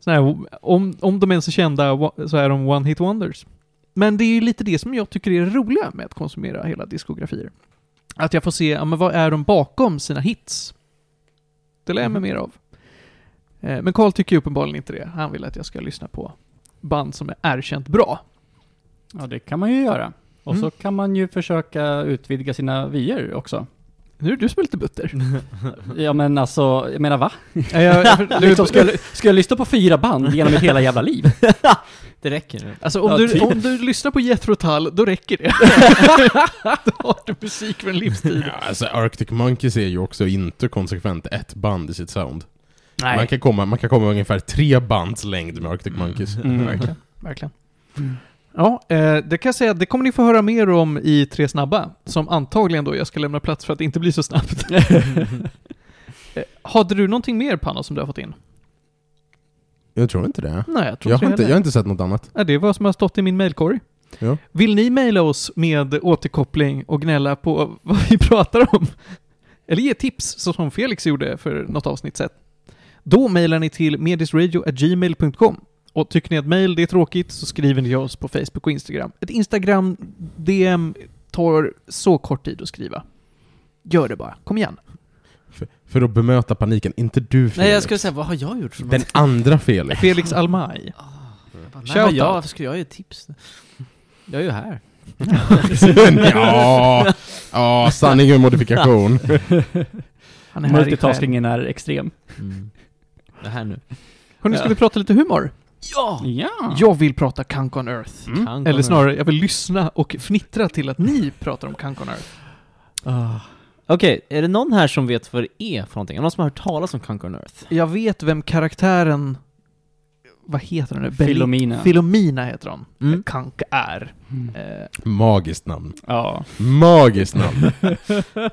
[SPEAKER 2] Såna här, om, om de ens är kända wa- så är de One Hit Wonders. Men det är ju lite det som jag tycker är det roliga med att konsumera hela diskografier. Att jag får se, ja, men vad är de bakom sina hits? Det lär jag
[SPEAKER 4] Mhm.
[SPEAKER 2] mig mer av. Eh, Men Carl tycker ju uppenbarligen inte det. Han vill att jag ska lyssna på band som är erkänt bra.
[SPEAKER 4] Ja, det kan man ju göra. Och
[SPEAKER 2] Mm.
[SPEAKER 4] så kan man ju försöka utvidga sina vyer också.
[SPEAKER 2] Nu är det du som är lite butter.
[SPEAKER 4] Mm. Ja men alltså, jag menar va?
[SPEAKER 2] Ja, jag- jag- du-
[SPEAKER 4] Liksom, ska, jag, ska jag lyssna på fyra band genom mitt hela jävla liv?
[SPEAKER 3] Det räcker nu.
[SPEAKER 2] Alltså om,
[SPEAKER 4] Ja,
[SPEAKER 2] du,
[SPEAKER 4] typ.
[SPEAKER 2] om du lyssnar på Jethro Tull, då räcker det. då har du musik för en livstid.
[SPEAKER 1] Ja, alltså Arctic Monkeys är ju också inte konsekvent ett band i sitt sound.
[SPEAKER 2] Nej.
[SPEAKER 1] Man kan komma, man kan komma ungefär tre bands längd med Arctic Monkeys.
[SPEAKER 4] Mm.
[SPEAKER 2] Verkligen.
[SPEAKER 1] Mm.
[SPEAKER 2] Ja, eh, det kan jag säga att det kommer ni få höra mer om i Tre snabba, som antagligen då jag ska lämna plats för att det inte blir så snabbt. Eh, Hade du någonting mer Panna som du har fått in?
[SPEAKER 1] Jag tror inte det.
[SPEAKER 2] Nej, jag tror
[SPEAKER 1] Jag har, inte,
[SPEAKER 2] inte det
[SPEAKER 1] jag har
[SPEAKER 2] heller.
[SPEAKER 1] inte sett något annat.
[SPEAKER 2] Nej, Det var som har stått i min mailkorg.
[SPEAKER 1] Ja.
[SPEAKER 2] Vill ni mejla oss med återkoppling och gnälla på vad vi pratar om? Eller ge tips, så som Felix gjorde för något avsnitt sen. Då mejlar ni till medisradio.gmail.com. Och tycker ni att mejl det är tråkigt så skriver ni till oss på Facebook och Instagram. Ett Instagram-DM tar så kort tid att skriva. Gör det bara, kom igen.
[SPEAKER 1] För, för att bemöta paniken, inte du Felix.
[SPEAKER 3] Nej jag skulle säga, vad har jag gjort? för
[SPEAKER 1] Den
[SPEAKER 3] något? Ah,
[SPEAKER 1] andra Felix.
[SPEAKER 2] Felix Almaj.
[SPEAKER 3] Jag bara,
[SPEAKER 2] Shout
[SPEAKER 3] Nej, men jag,
[SPEAKER 2] out.
[SPEAKER 3] varför skulle jag ge tips? Jag är ju här.
[SPEAKER 1] ja, ja, sanning och modifikation.
[SPEAKER 2] Han är här i själ.
[SPEAKER 4] Multitaskingen är extrem.
[SPEAKER 3] Det Mm. här nu.
[SPEAKER 2] Hörni, ska vi prata lite humor?
[SPEAKER 3] Ja!
[SPEAKER 4] Ja!
[SPEAKER 2] Jag vill prata Kank on Earth.
[SPEAKER 1] Mm.
[SPEAKER 3] Kan
[SPEAKER 2] Eller
[SPEAKER 3] komma.
[SPEAKER 2] snarare, jag vill lyssna och fnittra till att ni pratar om Kankon Earth.
[SPEAKER 3] Ah. Okej, är det någon här som vet vad det är för någonting? Är det någon som har hört talas om Conquer on Earth?
[SPEAKER 2] Jag vet vem karaktären... Vad heter hon nu? Bel-
[SPEAKER 4] Filomena.
[SPEAKER 2] Filomina heter hon.
[SPEAKER 3] Mm.
[SPEAKER 2] Kank är.
[SPEAKER 4] Mm.
[SPEAKER 2] Eh,
[SPEAKER 1] Magiskt namn.
[SPEAKER 4] Ja.
[SPEAKER 1] Magiskt namn.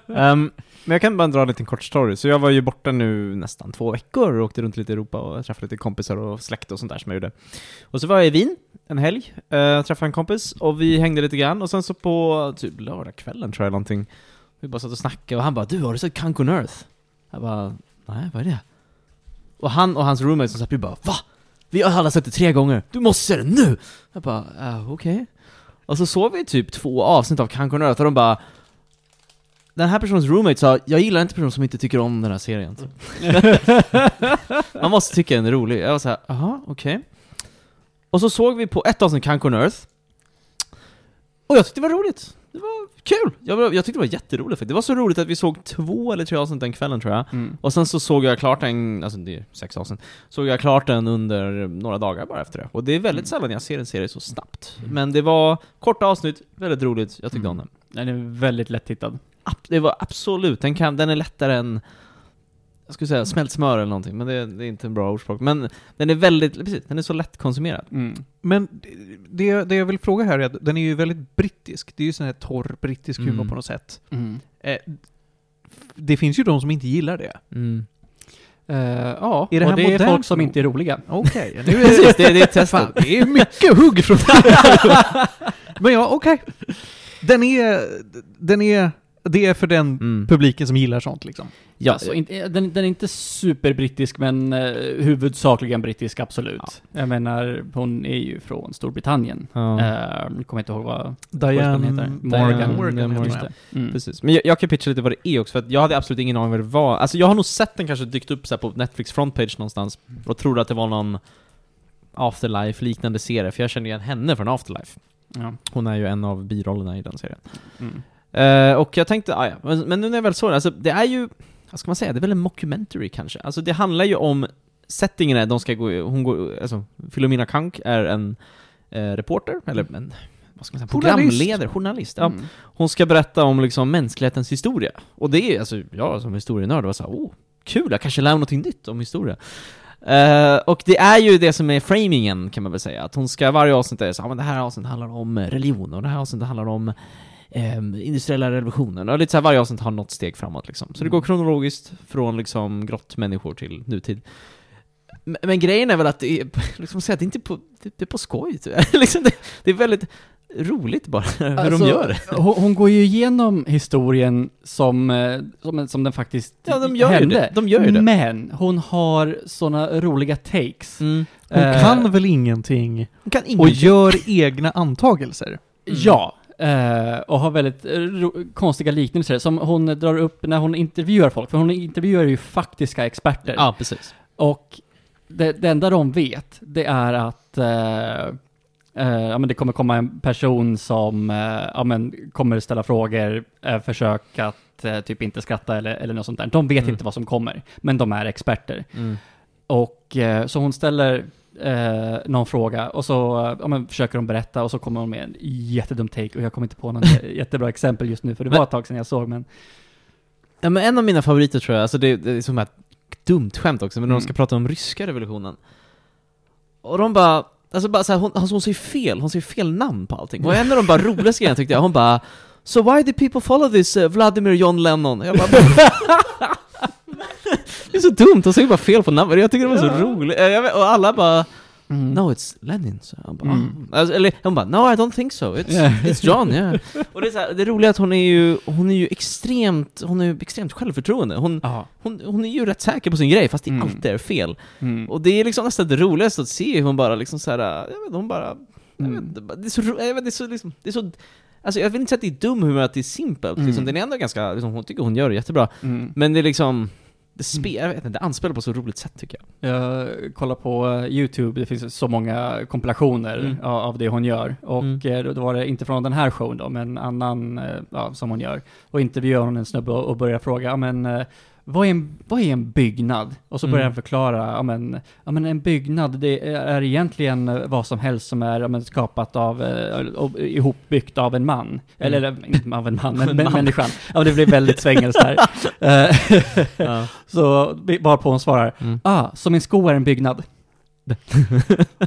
[SPEAKER 3] Ehm, men jag kan bara dra en liten kort story. Så jag var ju borta nu nästan två veckor och åkte runt lite i Europa och träffade lite kompisar och släkt och sånt där som jag gjorde. Och så var jag i Wien en helg, eh, träffade en kompis och vi hängde lite grann och sen så på typ lördagskvällen tror jag någonting. Vi bara satt och snackade och han bara 'Du, har du sett Kank on Earth?' Jag bara 'Nej, vad är det?' Och han och hans roommate som satt bredvid bara 'Va? Vi har alla sett det tre gånger, du måste se det nu!' Jag bara eh, 'Okej' Och så såg vi typ två avsnitt av Kank on Earth och de bara den här personens roommate sa Jag gillar inte personer som inte tycker om den här serien typ. Man måste tycka den är rolig Jag var såhär, jaha, okej Och så såg vi på ett avsnitt, Kanko on Earth Och jag tyckte det var roligt Det var kul! Jag, var- jag tyckte det var jätteroligt faktiskt Det var så roligt att vi såg två eller tre avsnitt den kvällen tror jag
[SPEAKER 4] Mm.
[SPEAKER 3] Och sen så såg jag klart den, alltså det är sex avsnitt Såg jag klart den under några dagar bara efter det Och det är väldigt sällan jag ser en serie så snabbt Men det var korta avsnitt, väldigt roligt, jag tyckte om den
[SPEAKER 4] Den är väldigt lättittad.
[SPEAKER 3] Ab- det var absolut, den, kan, den är lättare än jag skulle säga smält smör eller någonting, men det, det är inte en bra ordspråk. Men den är väldigt, precis, den är så lättkonsumerad.
[SPEAKER 4] Mm.
[SPEAKER 2] men det- det, det jag vill fråga här är att den är ju väldigt brittisk. Det är ju sån här torr brittisk humor
[SPEAKER 3] Mm.
[SPEAKER 2] på något sätt.
[SPEAKER 4] Mm.
[SPEAKER 2] Eh, det finns ju de som inte gillar det.
[SPEAKER 4] Eh, ja,
[SPEAKER 2] Är det här
[SPEAKER 4] och det är
[SPEAKER 2] modernt
[SPEAKER 4] folk som
[SPEAKER 2] nog?
[SPEAKER 4] inte är roliga.
[SPEAKER 2] Okej,
[SPEAKER 3] Precis, det, det är
[SPEAKER 2] Fan,
[SPEAKER 3] testet.
[SPEAKER 2] det är mycket hugg från Men ja, okej. Den är... Den är det är för den
[SPEAKER 3] Mm.
[SPEAKER 2] publiken som gillar sånt liksom.
[SPEAKER 3] Ja,
[SPEAKER 4] Alltså, inte, den, den är inte superbrittisk, men eh, huvudsakligen brittisk, absolut. Jag menar, hon är ju från Storbritannien.
[SPEAKER 3] ja.
[SPEAKER 4] Eh, Nu kommer jag inte ihåg vad
[SPEAKER 2] Diane
[SPEAKER 4] heter.
[SPEAKER 2] Morgan. Morgan,
[SPEAKER 3] Morgan. Morgan.
[SPEAKER 2] heter hon, ja.
[SPEAKER 4] Mm.
[SPEAKER 3] Precis. Men jag, jag kan pitcha lite vad det är också, för att jag hade absolut ingen aning vad det var. Alltså jag har nog sett den kanske dykt upp så här på Netflix frontpage någonstans, och trodde att det var någon Afterlife-liknande serie, för jag känner igen henne från Afterlife.
[SPEAKER 4] Ja.
[SPEAKER 3] Hon är ju en av birollerna i den serien.
[SPEAKER 4] Mm.
[SPEAKER 3] Eh, och jag tänkte, ah, ja. men, men nu när jag väl såg den, alltså det är ju, vad ska man säga, det är väl en mockumentary kanske? Alltså det handlar ju om, settingen är, de ska gå, hon går, alltså Filomena Kank är en eh, reporter, eller en, vad ska man säga,
[SPEAKER 2] Journalist.
[SPEAKER 3] programledare, journalist. Ja.
[SPEAKER 4] Mm.
[SPEAKER 3] Hon ska berätta om liksom mänsklighetens historia. Och det är, alltså jag som historienörd var såhär, oh, kul, jag kanske lär mig någonting nytt om historia. Eh, och det är ju det som är framingen kan man väl säga, att hon ska, varje avsnitt är så här, "Ja, men det här avsnittet handlar om eh, religion och det här avsnittet handlar om ehm, industriella revolutionen och lite så här, varje avsnitt har något steg framåt liksom. Så det går kronologiskt från liksom grottmänniskor till nutid. Men, men grejen är väl att det är, liksom, att säga, det är inte på, det, det är på skoj tyvärr. liksom det, det är väldigt roligt bara hur
[SPEAKER 4] Alltså,
[SPEAKER 3] de gör det.
[SPEAKER 4] Hon, hon går ju igenom historien som, eh, som, som den faktiskt
[SPEAKER 3] Ja, de gör ju
[SPEAKER 4] hände.
[SPEAKER 3] det. De gör ju det.
[SPEAKER 4] Men hon har såna roliga takes.
[SPEAKER 3] Mm.
[SPEAKER 2] Hon
[SPEAKER 4] Eh,
[SPEAKER 2] kan väl ingenting
[SPEAKER 3] kan
[SPEAKER 2] och gör egna antagelser.
[SPEAKER 3] Mm.
[SPEAKER 4] Ja. eh, och har väldigt eh, ro- konstiga liknelser som hon drar upp när hon intervjuar folk. För hon intervjuar ju faktiska experter.
[SPEAKER 3] Ja, precis.
[SPEAKER 4] Och det, det enda de vet, det är att eh, eh, ja, men det kommer komma en person som eh, ja, men kommer ställa frågor, eh, försök att eh, typ inte skratta eller, eller något sånt där. De vet
[SPEAKER 3] Mm.
[SPEAKER 4] inte vad som kommer, men de är experter. Och eh, så hon ställer eh, någon fråga och så eh, ja, men försöker hon berätta och så kommer hon med en jättedum take och jag kommer inte på något jättebra exempel just nu för det var ett tag sedan jag såg men
[SPEAKER 3] Ja, men en av mina favoriter tror jag, alltså det, det är som ett dumt skämt också, men när de ska
[SPEAKER 4] Mm.
[SPEAKER 3] prata om ryska revolutionen. Och de bara, alltså bara så här, hon, alltså hon säger fel, hon säger fel namn på allting. Och en av de bara roligaste grejerna tyckte jag, hon bara So why do people follow this eh, Vladimir John Lennon? Jag bara, det är så dumt, hon säger bara fel på namnet. Jag tycker det var så roligt. Eh, jag vet- Och alla bara No, it's Lenin, så han bara,
[SPEAKER 4] Mm.
[SPEAKER 3] "Ah." alltså, eller hon bara, no I don't think so, it's,
[SPEAKER 4] Yeah.
[SPEAKER 3] it's John, yeah. Och det är så här, det roliga är att hon är ju, hon är ju extremt, hon är ju extremt självförtroende. Hon,
[SPEAKER 4] ja.
[SPEAKER 3] hon, hon är ju rätt säker på sin grej, fast det
[SPEAKER 4] Mm.
[SPEAKER 3] alltid är fel.
[SPEAKER 4] Mm.
[SPEAKER 3] Och det är liksom nästan det roligaste att se hur hon bara liksom så här, jag vet hon bara, jag
[SPEAKER 4] Mm.
[SPEAKER 3] vet, det är så, ro- jag vet, det är så liksom, det är så Alltså jag vill inte säga att det är dum humor, att det är simpelt,
[SPEAKER 4] Mm.
[SPEAKER 3] liksom, den är ändå ganska, liksom, hon tycker hon gör det jättebra.
[SPEAKER 4] Mm.
[SPEAKER 3] Men det är liksom, det, spe, jag vet inte, det anspelar på så roligt sätt tycker jag.
[SPEAKER 4] Jag kollar på eh, YouTube, det finns så många kompilationer
[SPEAKER 3] Mm.
[SPEAKER 4] ja, av det hon gör. Och
[SPEAKER 3] Mm.
[SPEAKER 4] eh, då- då var det inte från den här showen då, men en annan eh, ja, som hon gör. Och intervjuar hon en snubbe och och börjar fråga, ja men eh, vad är, en, vad är en byggnad? Och så börjar
[SPEAKER 3] Mm.
[SPEAKER 4] han förklara, ja men, ja men en byggnad det är egentligen eh, vad som helst som är ja, men, skapat av, eh, och ihopbyggt av en man. Eller, eller inte av en man, men,
[SPEAKER 3] Mm. En
[SPEAKER 4] men
[SPEAKER 3] man.
[SPEAKER 4] människan. Ja men det blir väldigt svängelskt här. Eh, så varpå hon svarar,
[SPEAKER 3] Mm.
[SPEAKER 4] ah, så min sko är en byggnad.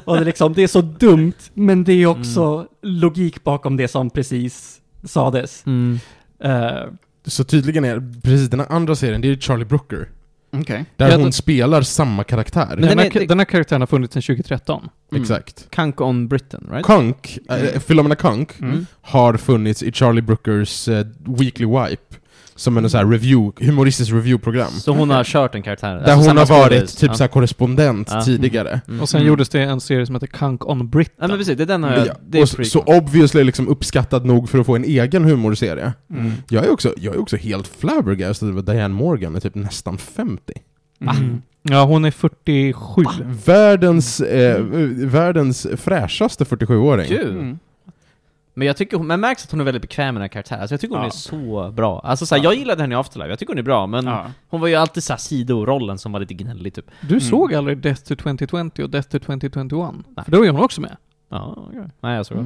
[SPEAKER 4] och det är liksom, det är så dumt, men det är också logik bakom det som precis sades.
[SPEAKER 3] Mm.
[SPEAKER 4] Uh,
[SPEAKER 1] Så tydligen är precis den här andra serien, det är ju Charlie Brooker.
[SPEAKER 4] Okej.
[SPEAKER 1] Där
[SPEAKER 2] Jag
[SPEAKER 1] hon
[SPEAKER 2] tror-
[SPEAKER 1] spelar samma karaktär.
[SPEAKER 3] Men
[SPEAKER 2] den,
[SPEAKER 3] den
[SPEAKER 2] här,
[SPEAKER 3] är-
[SPEAKER 2] ka-
[SPEAKER 3] det-
[SPEAKER 2] den här karaktären har funnits sedan 2013.
[SPEAKER 4] Mm.
[SPEAKER 1] Exakt.
[SPEAKER 3] Kank on Britain, right?
[SPEAKER 1] Kunk, äh, Philomena Kunk,
[SPEAKER 4] Mm.
[SPEAKER 1] har funnits i Charlie Brookers eh, Weekly Wipe. Som en så här review, humoristisk reviewprogram.
[SPEAKER 3] Så hon har kört en karaktär? Alltså
[SPEAKER 1] Där hon har varit typ så här korrespondent
[SPEAKER 3] Ja. Mm.
[SPEAKER 1] tidigare.
[SPEAKER 2] Och sen gjordes det en serie som heter Kunk on Britain.
[SPEAKER 3] Ja men precis, det är den har jag...
[SPEAKER 1] Ja.
[SPEAKER 3] Det är
[SPEAKER 1] Och så,
[SPEAKER 3] prequel.
[SPEAKER 1] så obviously liksom uppskattad nog för att få en egen humorserie.
[SPEAKER 4] Mm.
[SPEAKER 1] Jag är också, jag är också helt flabbergasted över att Diane Morgan är typ nästan 50.
[SPEAKER 4] Mm.
[SPEAKER 2] Ah. Ja, hon är 47.
[SPEAKER 1] Världens, eh, världens fräschaste 47-åring.
[SPEAKER 3] Kul!
[SPEAKER 4] Mm.
[SPEAKER 3] Men jag tycker hon, men märks att hon är väldigt bekväm med den här karaktären, alltså jag tycker hon
[SPEAKER 4] Ja.
[SPEAKER 3] är så bra. Alltså så här, jag gillade henne i Afterlife, jag tycker hon är bra, men
[SPEAKER 4] Ja.
[SPEAKER 3] hon var ju alltid såhär sidorollen som var lite gnällig typ.
[SPEAKER 2] Du
[SPEAKER 1] Mm.
[SPEAKER 2] såg aldrig Death to 2020 och Death to 2021?
[SPEAKER 3] Nej.
[SPEAKER 2] För då är hon också med.
[SPEAKER 3] Ja, okej. Nej jag såg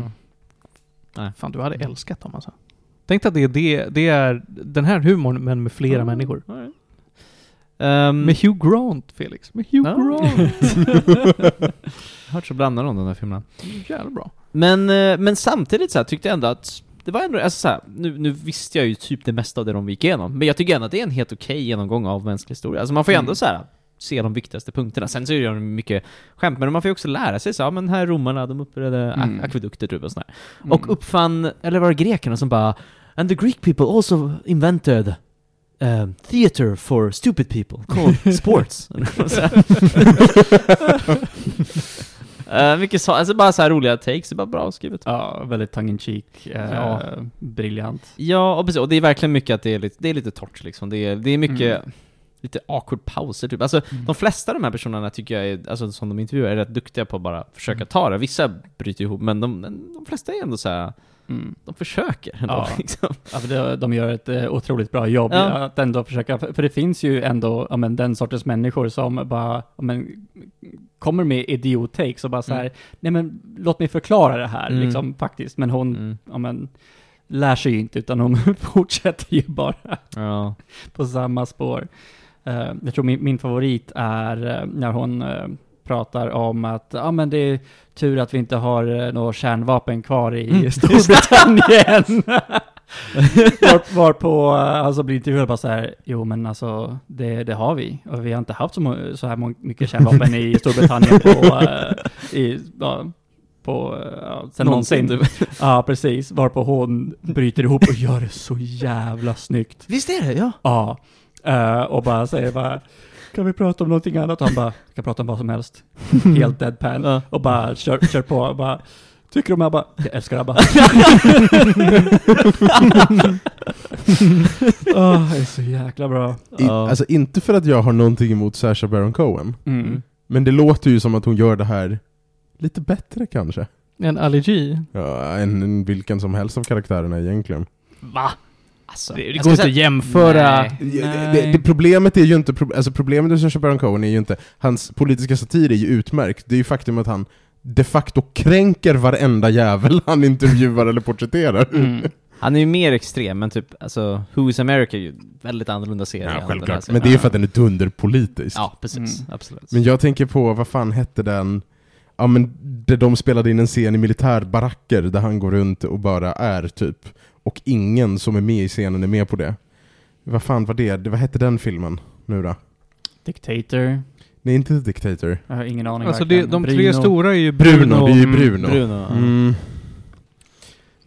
[SPEAKER 3] det.
[SPEAKER 2] Fan, du hade älskat dem alltså. Tänk att det är, det, det är den här humorn, men med flera
[SPEAKER 1] Ah.
[SPEAKER 3] Ja.
[SPEAKER 2] människor.
[SPEAKER 3] All right.
[SPEAKER 1] Mm.
[SPEAKER 3] Ehm,
[SPEAKER 2] Med Hugh Grant, Felix. Med Hugh
[SPEAKER 1] Ah.
[SPEAKER 3] Ja.
[SPEAKER 2] Grant.
[SPEAKER 3] hört så blandar de de där filmerna.
[SPEAKER 2] Jävla bra.
[SPEAKER 3] Men, eh, men samtidigt så här, tyckte jag ändå att det var ändå, alltså så här, nu, nu visste jag ju typ det mesta av det de gick igenom, men jag tycker ändå att det är en helt okej genomgång av mänsklig historia. Alltså man får ju ändå
[SPEAKER 4] Mm.
[SPEAKER 3] så här se de viktigaste punkterna. Sen så gör de mycket skämt, men man får ju också lära sig så här, ja, men här är romarna, de upprättade ak-
[SPEAKER 4] Mm.
[SPEAKER 3] akvedukter typ och sådär.
[SPEAKER 4] Mm.
[SPEAKER 3] Och uppfann, eller var det grekerna som bara And the Greek people also invented um, theater for stupid people called sports. uh, mycket så, alltså bara så här roliga takes, det är bara bra skrivet.
[SPEAKER 4] Ja, väldigt tongue in cheek. Eh,
[SPEAKER 2] Ja.
[SPEAKER 4] Briljant.
[SPEAKER 3] Ja, och precis. Och det är verkligen mycket att det är lite, det är lite torrt liksom. Det är, det är mycket, lite awkward pauser typ. Alltså
[SPEAKER 4] Mm.
[SPEAKER 3] de flesta av de här personerna tycker jag är, alltså som de intervjuar, är rätt duktiga på att bara försöka ta det. Vissa bryter ihop, men de, men de flesta är ändå så här,
[SPEAKER 4] Mm.
[SPEAKER 3] de försöker ändå
[SPEAKER 4] Ja.
[SPEAKER 3] liksom.
[SPEAKER 4] Ja, för det- de gör ett eh, otroligt bra jobb
[SPEAKER 3] Ja.
[SPEAKER 4] att ändå försöka, för för det finns ju ändå ja, men, den sortens människor som bara ja, men, kommer med idiot-takes och bara så här, nej men låt mig förklara det här
[SPEAKER 3] Mm.
[SPEAKER 4] liksom faktiskt, men hon ja, men, lär sig ju inte utan hon fortsätter ju bara
[SPEAKER 3] Ja.
[SPEAKER 4] på samma spår. Eh, jag tror min, min favorit är eh, när hon eh, pratar om att ja men det är tur att vi inte har uh, några kärnvapen kvar i Storbritannien. Var, varpå eh, han som blir intervjuad bara så här, jo men alltså det, det har vi. Och vi har inte haft så, må- så här mång- mycket kärnvapen i Storbritannien på, eh, i, ja, på, eh, ja, sen någonsin.
[SPEAKER 3] typ.
[SPEAKER 4] Ja, precis. Varpå hon bryter ihop och gör det så jävla snyggt.
[SPEAKER 3] Visst är det? Ja.
[SPEAKER 4] Ja. Eh, och bara säger bara, kan vi prata om någonting annat? Och han bara, kan prata om vad som helst. Helt deadpan.
[SPEAKER 3] Ja.
[SPEAKER 4] Och bara kör, kör på. Och bara, Tycker du om ABBA? Jag älskar ABBA. Åh, Ah, det är så jäkla bra.
[SPEAKER 1] I,
[SPEAKER 3] Ja.
[SPEAKER 1] Alltså inte för att jag har någonting emot Sacha Baron Cohen,
[SPEAKER 4] Mm.
[SPEAKER 1] men det låter ju som att hon gör det här lite bättre kanske.
[SPEAKER 2] En allergi.
[SPEAKER 1] Ja, än än vilken som helst av karaktärerna egentligen.
[SPEAKER 2] Va?
[SPEAKER 3] Alltså,
[SPEAKER 2] Det, det
[SPEAKER 3] jag
[SPEAKER 2] går
[SPEAKER 3] ska
[SPEAKER 2] inte att
[SPEAKER 3] säga-
[SPEAKER 2] jämföra.
[SPEAKER 3] Nej.
[SPEAKER 1] Ja, Det, det, problemet är ju inte, pro- alltså problemet med Sacha Baron Cohen är ju inte, hans politiska satir är ju utmärkt, det är ju faktum att han de facto kränker varenda jävel han intervjuar eller porträtterar.
[SPEAKER 4] Mm.
[SPEAKER 3] Han är ju mer extrem, men typ, alltså, Who is America är ju väldigt annorlunda serie. än
[SPEAKER 1] Ja,
[SPEAKER 3] den här
[SPEAKER 1] självklart.
[SPEAKER 3] serien.
[SPEAKER 1] Men det är ju för att den är dunderpolitisk.
[SPEAKER 3] Ja, precis.
[SPEAKER 4] Mm.
[SPEAKER 3] Absolut.
[SPEAKER 1] Men jag tänker på, vad fan hette den? Ja men, där de spelade in en scen i militärbaracker där han går runt och bara är typ. Och ingen som är med i scenen är med på det. Vad fan var det? Det- Vad hette den filmen nu då?
[SPEAKER 4] Dictator.
[SPEAKER 1] Nej, inte The Dictator.
[SPEAKER 4] Jag har ingen aning.
[SPEAKER 2] Alltså det,
[SPEAKER 4] verkligen.
[SPEAKER 2] de tre
[SPEAKER 4] Bruno.
[SPEAKER 2] stora är ju Bruno.
[SPEAKER 1] Bruno, det är ju
[SPEAKER 2] Mm.
[SPEAKER 1] Bruno.
[SPEAKER 3] Bruno.
[SPEAKER 1] Mm.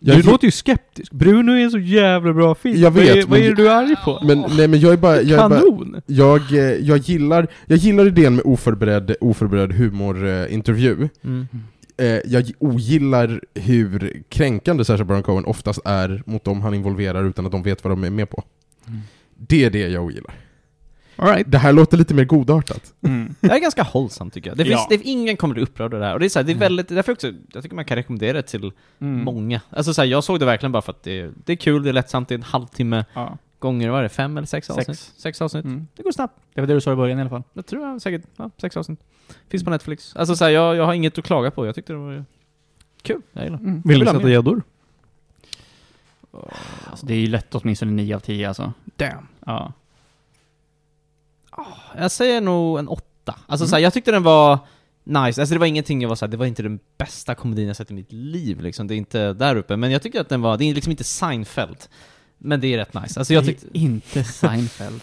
[SPEAKER 2] Du
[SPEAKER 1] Jag,
[SPEAKER 2] låter ju skeptisk. Bruno är en så jävla bra film.
[SPEAKER 1] Jag
[SPEAKER 2] vad, är,
[SPEAKER 1] vet,
[SPEAKER 2] vad
[SPEAKER 1] men-
[SPEAKER 2] är det du är arg på?
[SPEAKER 1] men, nej men jag är bara... Jag är bara
[SPEAKER 2] Kanon!
[SPEAKER 1] jag, eh, jag, gillar, jag gillar idén med oförberedd, oförberedd humorintervju.
[SPEAKER 3] Mm.
[SPEAKER 1] eh, jag ogillar hur kränkande Sacha Baron Cohen oftast är mot dem han involverar utan att de vet vad de är med på.
[SPEAKER 4] Mm.
[SPEAKER 1] Det är det jag ogillar.
[SPEAKER 2] All right.
[SPEAKER 1] Det här låter lite mer godartat.
[SPEAKER 4] Mm.
[SPEAKER 3] Det här är ganska hållsamt tycker jag. Det finns,
[SPEAKER 4] Ja.
[SPEAKER 3] det, ingen kommer bli upprörd av det här. Och det är, så här, det är
[SPEAKER 4] Mm.
[SPEAKER 3] väldigt, därför också, jag tycker man kan rekommendera det till
[SPEAKER 4] Mm.
[SPEAKER 3] många. Alltså så här, jag såg det verkligen bara för att det, det är kul, det är lättsamt, det är en halvtimme
[SPEAKER 4] Ja.
[SPEAKER 3] gånger, vad är det, fem eller sex
[SPEAKER 4] Sex.
[SPEAKER 3] avsnitt? Sex avsnitt.
[SPEAKER 4] Mm.
[SPEAKER 3] Det går snabbt.
[SPEAKER 4] Det var det du sa i början i alla fall.
[SPEAKER 3] Jag tror jag säkert, ja, sex avsnitt. Finns på Netflix. Alltså så här, jag, jag har inget att klaga på. Jag tyckte det var kul. Jag gillar det.
[SPEAKER 4] Mm.
[SPEAKER 2] Vill du
[SPEAKER 3] ha
[SPEAKER 2] sätta
[SPEAKER 3] mer?
[SPEAKER 2] gäddor?
[SPEAKER 4] Alltså, det är ju lätt åtminstone 9 av 10 alltså.
[SPEAKER 2] Damn.
[SPEAKER 4] Ja.
[SPEAKER 3] Jag säger nog en åtta. Alltså så här, jag tyckte den var nice. Alltså det var ingenting jag var såhär, det var inte den bästa komedin jag sett i mitt liv liksom. Det är inte där uppe. Men jag tycker att den var, det är liksom inte Seinfeld. Men det är rätt nice. Alltså jag
[SPEAKER 4] Det är
[SPEAKER 3] tyckte,
[SPEAKER 4] inte Seinfeld.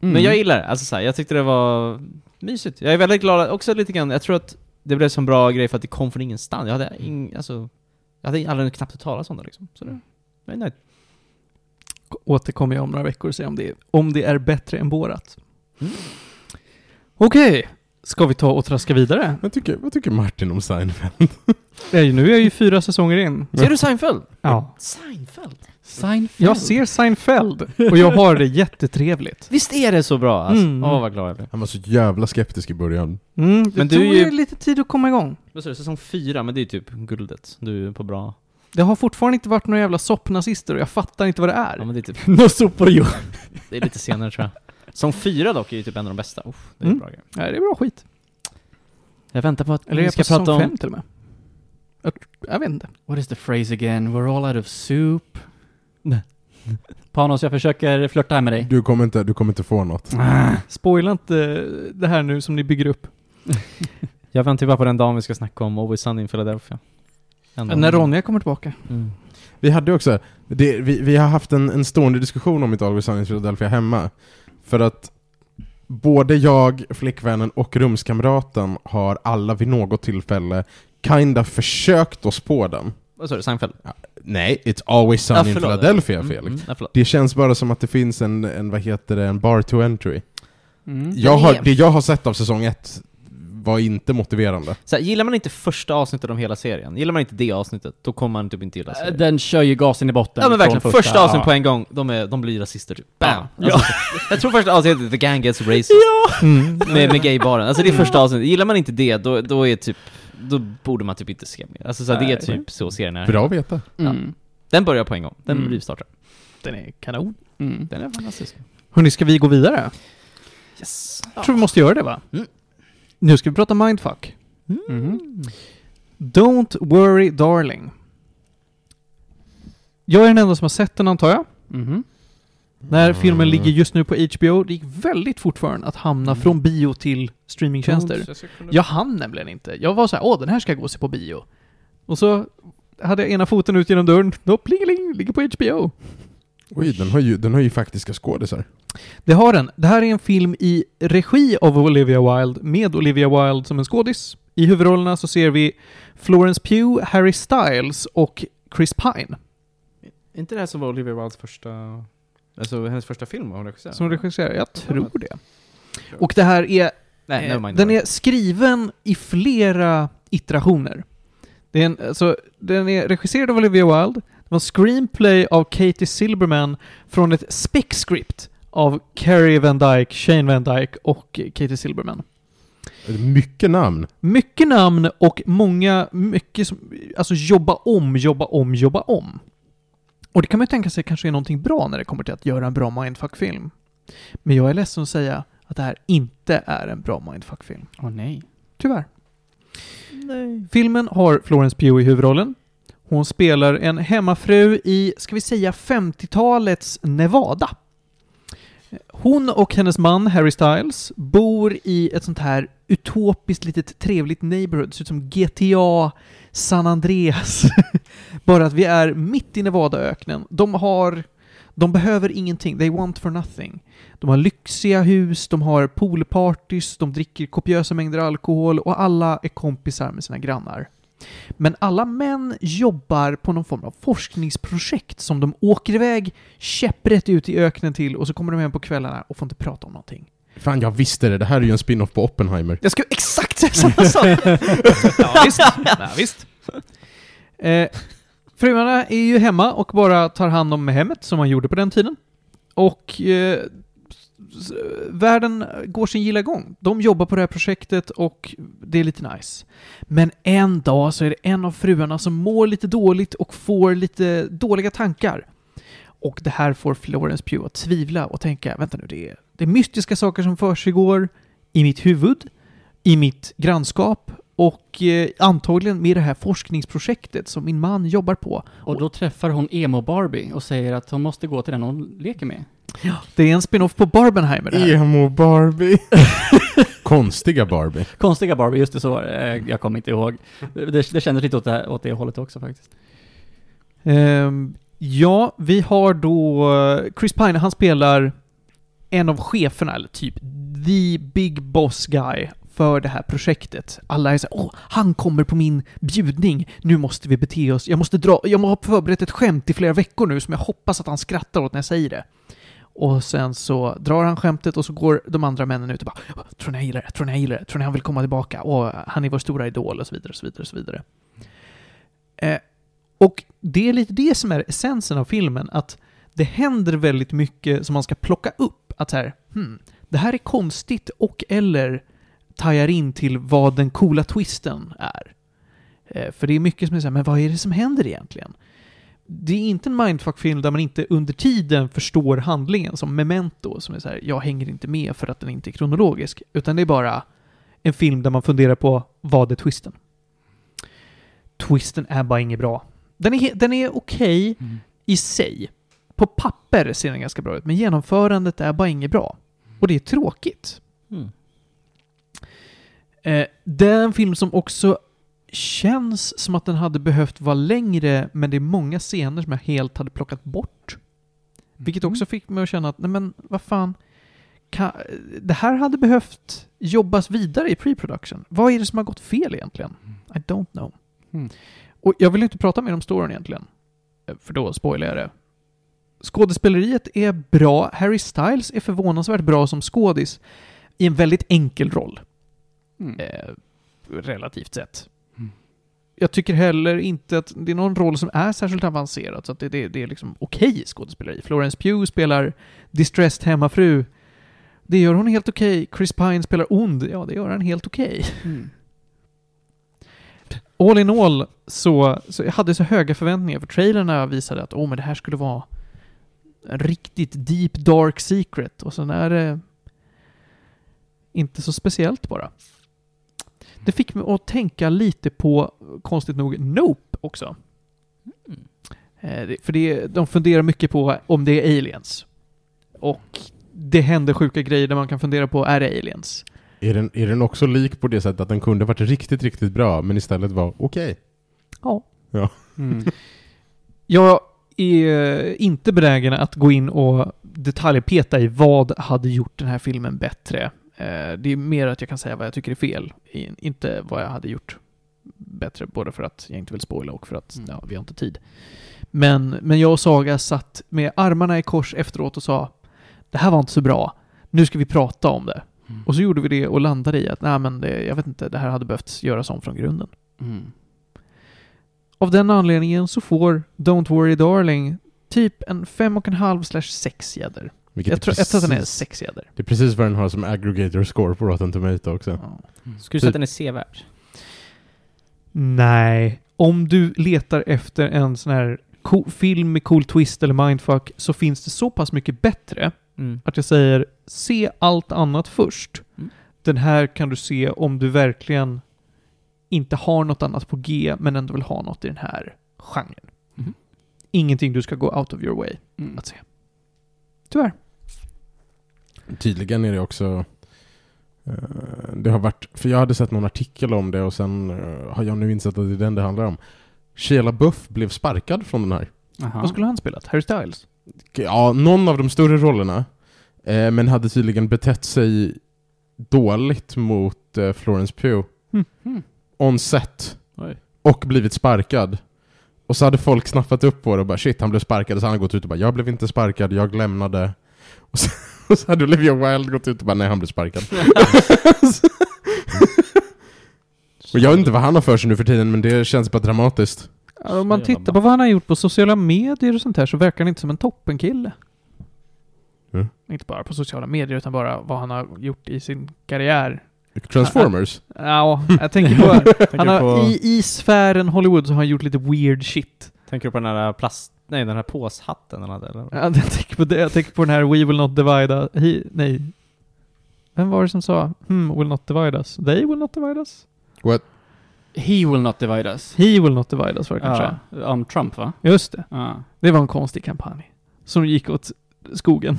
[SPEAKER 4] Mm.
[SPEAKER 3] Men jag gillar det. Alltså så här, jag tyckte det var mysigt. Jag är väldigt glad, att- också lite grann, jag tror att det blev en sån bra grej för att det kom från ingenstans. Jag hade ing, alltså, jag hade aldrig knappt hört talas om det liksom. Så det, jag är nöjd.
[SPEAKER 2] Återkommer jag om några veckor och ser om det, om det är bättre än Borat. Okej. Ska vi ta och traska vidare?
[SPEAKER 1] Vad tycker, vad tycker Martin om Seinfeld?
[SPEAKER 2] Nej, Nu är jag ju fyra säsonger in.
[SPEAKER 3] Ser du Seinfeld?
[SPEAKER 2] Ja.
[SPEAKER 3] Seinfeld?
[SPEAKER 4] Seinfeld?
[SPEAKER 2] Jag ser Seinfeld och jag har det jättetrevligt.
[SPEAKER 3] Visst är det så bra? Alltså.
[SPEAKER 2] Mm.
[SPEAKER 3] Åh vad glad jag blev.
[SPEAKER 1] Han var så jävla skeptisk i början.
[SPEAKER 2] Mm, det
[SPEAKER 3] Men
[SPEAKER 2] men
[SPEAKER 3] du
[SPEAKER 2] du
[SPEAKER 3] är
[SPEAKER 2] tog
[SPEAKER 3] ju-
[SPEAKER 2] ju lite tid att komma igång.
[SPEAKER 3] Vad sa du? Säsong fyra, men det är typ guldet. Du är på bra...
[SPEAKER 2] Det har fortfarande inte varit några jävla soppnazister och jag fattar inte vad det
[SPEAKER 3] Ja,
[SPEAKER 2] är.
[SPEAKER 3] men det, är typ,
[SPEAKER 4] Några sopor gjort.
[SPEAKER 3] det är lite senare tror jag. Säsong fyra dock är ju typ en av de bästa. Uff, det är
[SPEAKER 2] Mm.
[SPEAKER 3] bra grejer.
[SPEAKER 2] Nej, det är bra skit.
[SPEAKER 3] Jag väntar på att
[SPEAKER 2] Eller är
[SPEAKER 3] vi
[SPEAKER 2] jag
[SPEAKER 3] ska
[SPEAKER 2] på
[SPEAKER 3] prata
[SPEAKER 2] säsong
[SPEAKER 3] om...
[SPEAKER 2] fem till och med? Jag, jag vet inte.
[SPEAKER 4] What is the phrase again? We're all out of soup. Panos, jag försöker flörta här med dig.
[SPEAKER 1] Du kommer inte, du kommer inte få något.
[SPEAKER 4] Ah.
[SPEAKER 2] Spoila inte eh, det här nu som ni bygger upp.
[SPEAKER 3] Jag väntar bara på den dagen vi ska snacka om Always Sunny in Philadelphia. En dag.
[SPEAKER 2] När Ronja kommer tillbaka.
[SPEAKER 3] Mm.
[SPEAKER 1] Vi hade också, det, vi, vi har haft en, en stående diskussion om It Always Sunny in Philadelphia hemma. För att både jag, flickvännen och rumskamraten har alla vid något tillfälle kinda försökt oss på den.
[SPEAKER 3] Vad sa du? Seinfeld?
[SPEAKER 1] Nej, It's Always Sunny
[SPEAKER 3] Ja,
[SPEAKER 1] in
[SPEAKER 3] förlåt.
[SPEAKER 1] Philadelphia, Felix.
[SPEAKER 3] Mm, ja, förlåt.
[SPEAKER 1] Det känns bara som att det finns en, en vad heter det, en bar to entry.
[SPEAKER 4] Mm.
[SPEAKER 1] Jag
[SPEAKER 3] Nej.
[SPEAKER 1] har, det jag har sett av säsong ett var inte motiverande.
[SPEAKER 3] Så här, gillar man inte första avsnittet av hela serien, gillar man inte det avsnittet, då kommer man typ inte gilla
[SPEAKER 6] Äh,
[SPEAKER 3] serien.
[SPEAKER 4] Äh, Den kör ju gasen i botten.
[SPEAKER 3] ja men verkligen,
[SPEAKER 4] från
[SPEAKER 3] första, avsnittet
[SPEAKER 4] ja.
[SPEAKER 3] på en gång, de, är, de blir rasister typ. Bam!
[SPEAKER 4] Ja.
[SPEAKER 3] Alltså, jag tror första avsnittet är The Gang Gets Racist. Mm. Med, med gaybaren. Alltså
[SPEAKER 6] Mm.
[SPEAKER 3] det är första avsnittet. Gillar man inte det, då, då är typ då borde man typ inte se mer. Alltså så här, det är
[SPEAKER 4] Nej.
[SPEAKER 3] typ så serien är.
[SPEAKER 1] Bra att veta.
[SPEAKER 4] Mm.
[SPEAKER 3] Den börjar på en gång. Den
[SPEAKER 4] Mm.
[SPEAKER 3] rivstartar.
[SPEAKER 2] Den är kanon.
[SPEAKER 4] Mm.
[SPEAKER 3] Den är fantastisk.
[SPEAKER 2] Hörni, ska vi gå vidare?
[SPEAKER 3] Yes.
[SPEAKER 2] Jag tror vi måste göra det va?
[SPEAKER 3] Mm.
[SPEAKER 2] Nu ska vi prata mindfuck.
[SPEAKER 4] Mhm.
[SPEAKER 2] Don't worry darling. Jag är den enda som har sett den antar jag.
[SPEAKER 4] Mhm.
[SPEAKER 2] När filmen ligger just nu på HBO. Det gick väldigt fort för den att hamna
[SPEAKER 4] Mm.
[SPEAKER 2] från bio till streamingtjänster. Jag hann nämligen inte. Jag var så här, åh den här ska jag gå och se på bio. Och så hade jag ena foten ut genom dörren. Då plingeling, ligger på HBO.
[SPEAKER 1] Oj, den har ju, den har ju faktiska skådisar.
[SPEAKER 2] Det har den. Det här är en film i regi av Olivia Wilde med Olivia Wilde som en skådis. I huvudrollerna så ser vi Florence Pugh, Harry Styles och Chris Pine
[SPEAKER 6] Är inte det här som var Olivia Wildes första... Alltså hennes första film var hon regisserade?
[SPEAKER 2] som regisserar. Jag tror det. Och det här är...
[SPEAKER 3] Nej,
[SPEAKER 2] eh,
[SPEAKER 3] nevermind.
[SPEAKER 2] den är skriven i flera iterationer. Det är en, alltså, den är regisserad av Olivia Wilde. Det var en screenplay av Katie Silberman från ett spec-script av Carrie Van Dyke, Shane Van Dyke och Katie Silberman.
[SPEAKER 1] Mycket namn.
[SPEAKER 2] Mycket namn och många, mycket som, alltså jobba om, jobba om, jobba om. Och det kan man ju tänka sig kanske är någonting bra när det kommer till att göra en bra mindfuck-film. Men jag är ledsen att säga att det här inte är en bra mindfuck-film.
[SPEAKER 4] Åh nej.
[SPEAKER 2] Tyvärr. Filmen har Florence Pugh i huvudrollen. Hon spelar en hemmafru i, ska vi säga, 50-talets Nevada. Hon och hennes man Harry Styles bor i ett sånt här utopiskt litet trevligt neighborhood. Ser ut som GTA San Andreas. Bara att vi är mitt i Nevadaöknen. De har... De behöver ingenting. They want for nothing. De har lyxiga hus, de har poolpartys, de dricker kopiösa mängder alkohol och alla är kompisar med sina grannar. Men alla män jobbar på någon form av forskningsprojekt som de åker iväg käpprätt ut i öknen till och så kommer de hem på kvällarna och får inte prata om någonting.
[SPEAKER 1] Fan, jag visste det. Det här är ju en spin-off på Oppenheimer.
[SPEAKER 2] Jag skulle exakt säga samma sak! ja, visst. Ja, visst. Eh, fruarna är ju hemma och bara tar hand om hemmet som man gjorde på den tiden. Och eh, s- världen går sin gilla gång. De jobbar på det här projektet och det är lite nice. Men en dag så är det en av fruarna som mår lite dåligt och får lite dåliga tankar. Och det här får Florence Pugh att tvivla och tänka, vänta nu, det är, det är mystiska saker som försiggår i mitt huvud, i mitt grannskap och eh, antagligen med det här forskningsprojektet som min man jobbar på.
[SPEAKER 4] Och då träffar hon emo-Barbie och säger att hon måste gå till den hon leker med.
[SPEAKER 2] Det är en spin-off på Barbenheimer det här.
[SPEAKER 1] Emo-Barbie. Konstiga Barbie.
[SPEAKER 4] Konstiga Barbie, just det så var det. Eh, Jag kommer inte ihåg. Det, det det kändes lite åt det, här, åt det hållet också faktiskt.
[SPEAKER 2] Ehm, ja, vi har då eh, Chris Pine, han spelar en av cheferna, eller typ the big boss guy för det här projektet. Alla är såhär åh, han kommer på min bjudning, nu måste vi bete oss, jag måste dra, jag har förberett ett skämt i flera veckor nu som jag hoppas att han skrattar åt när jag säger det. Och sen så drar han skämtet och så går de andra männen ut och bara Tror ni han gillar det? Tror ni han gillar det? Tror ni han vill komma tillbaka? Åh, han är vår stora idol och så vidare, och så vidare, och så vidare. Eh, och det är lite det som är essensen av filmen, att det händer väldigt mycket som man ska plocka upp. Att så här, hmm, det här är konstigt och eller tajar in till vad den coola twisten är. Eh, För det är mycket som är så här, men vad är det som händer egentligen? Det är inte en mindfuck-film där man inte under tiden förstår handlingen som memento, som är så här, jag hänger inte med för att den inte är kronologisk, utan det är bara en film där man funderar på vad är twisten? Twisten är bara inget bra. Den är, he- den är okej i sig. På papper ser den ganska bra ut, men genomförandet är bara inget bra. Och det är tråkigt.
[SPEAKER 4] Mm.
[SPEAKER 2] Eh, det är en film som också känns som att den hade behövt vara längre, men det är många scener som jag helt hade plockat bort. Vilket också fick mig att känna att, nej men vad fan, kan, det här hade behövt jobbas vidare i pre-production. Vad är det som har gått fel egentligen? I don't know. Och jag vill inte prata mer om storyn egentligen. Eh, För då spoilar jag det. Skådespeleriet är bra. Harry Styles är förvånansvärt bra som skådis i en väldigt enkel roll.
[SPEAKER 4] Mm.
[SPEAKER 2] Eh, relativt sett.
[SPEAKER 4] Mm.
[SPEAKER 2] Jag tycker heller inte att det är någon roll som är särskilt avancerad, så att det, det, det är liksom okej skådespeleri. Florence Pugh spelar distressed hemmafru. Det gör hon helt okej. Chris Pine spelar ond. Ja, det gör han helt okej. All in all så, så jag hade så höga förväntningar för trailerna visade att oh, men det här skulle vara en riktigt deep dark secret och sen är det inte så speciellt bara. Det fick mig att tänka lite på, konstigt nog, Nope också. Eh, det- För det, de funderar mycket på om det är aliens. Och det händer sjuka grejer där man kan fundera på, är det aliens?
[SPEAKER 1] Är den, är den också lik på det sättet att den kunde varit riktigt, riktigt bra men istället var okej?
[SPEAKER 2] Ja.
[SPEAKER 6] Mm.
[SPEAKER 2] Jag är eh, inte benägen att gå in och detaljpeta i vad hade gjort den här filmen bättre. Eh, Det är mer att jag kan säga vad jag tycker är fel, i- inte vad jag hade gjort bättre, både för att jag inte vill spoila och för att
[SPEAKER 4] Mm.
[SPEAKER 2] ja, vi har inte tid. Men, men jag och Saga satt med armarna i kors efteråt och sa det här var inte så bra, nu ska vi prata om det.
[SPEAKER 4] Mm.
[SPEAKER 2] Och så gjorde vi det och landade i att nej men det, jag vet inte, det här hade behövt göras om från grunden.
[SPEAKER 4] Mm.
[SPEAKER 2] Av den anledningen så får Don't Worry Darling typ en 5,5 slash 6 gäddor.
[SPEAKER 1] Vilket
[SPEAKER 2] Jag
[SPEAKER 1] är
[SPEAKER 2] tror, jag tror att den är
[SPEAKER 1] precis-
[SPEAKER 2] 6 gäddor.
[SPEAKER 1] Det är precis vad den har som aggregator score på Rotten Tomato också.
[SPEAKER 2] Ja.
[SPEAKER 3] Skulle du säga att den är sevärd?
[SPEAKER 2] Nej. Om du letar efter en sån här co- film med cool twist eller mindfuck så finns det så pass mycket bättre
[SPEAKER 3] Mm.
[SPEAKER 2] att jag säger se allt annat först.
[SPEAKER 3] Mm.
[SPEAKER 2] Den här kan du se om du verkligen inte har något annat på G men ändå vill ha något i den här genren.
[SPEAKER 4] Mhm.
[SPEAKER 2] Ingenting du ska gå out of your way
[SPEAKER 4] Mm.
[SPEAKER 2] att se. Tyvärr.
[SPEAKER 1] Tydligen är det också... eh, det har varit... För jag hade sett någon artikel om det och sen eh, har jag nu insett att det är den det handlar om. Shia LaBeouf blev sparkad från den här.
[SPEAKER 4] Aha.
[SPEAKER 2] Vad skulle han spelat? Harry Styles?
[SPEAKER 1] ja, någon av de större rollerna. Eh, men hade tydligen betett sig dåligt mot eh, Florence Pugh.
[SPEAKER 2] Mm.
[SPEAKER 4] Mm.
[SPEAKER 1] On set.
[SPEAKER 4] Oj.
[SPEAKER 1] Och blivit sparkad. Och så hade folk snappat upp på det och bara shit, han blev sparkad. Så han hade gått ut och bara jag blev inte sparkad, jag lämnade. Och så, och så hade Olivia Wilde gått ut och bara nej, han blev sparkad. och jag vet inte vad han har för sig nu för tiden, men det känns bara dramatiskt.
[SPEAKER 2] Om man
[SPEAKER 4] jävla
[SPEAKER 2] tittar på vad han har gjort på sociala medier och sånt här så verkar han inte som en toppenkille.
[SPEAKER 1] Mm.
[SPEAKER 2] Inte bara på sociala medier utan bara vad han har gjort i sin karriär. Ah,
[SPEAKER 1] Transformers.
[SPEAKER 2] Ja, jag tänker på...
[SPEAKER 6] Tänker,
[SPEAKER 2] han
[SPEAKER 6] du
[SPEAKER 2] har,
[SPEAKER 6] på,
[SPEAKER 2] i, I sfären Hollywood så har han gjort lite weird shit.
[SPEAKER 6] tänker du på den här plast... Nej, den här påshatten han hade eller?
[SPEAKER 2] Ja, Jag tänker på det. Jag tänker på den här We will not divide us. He, nej. Vem var det som sa hmm, will not divide us? They will not divide us?
[SPEAKER 4] He will not divide us.
[SPEAKER 2] He will not divide us var det kanske.
[SPEAKER 4] Ja, om Trump va?
[SPEAKER 2] Just det.
[SPEAKER 4] Ja.
[SPEAKER 2] Det var en konstig kampanj. Som gick åt skogen.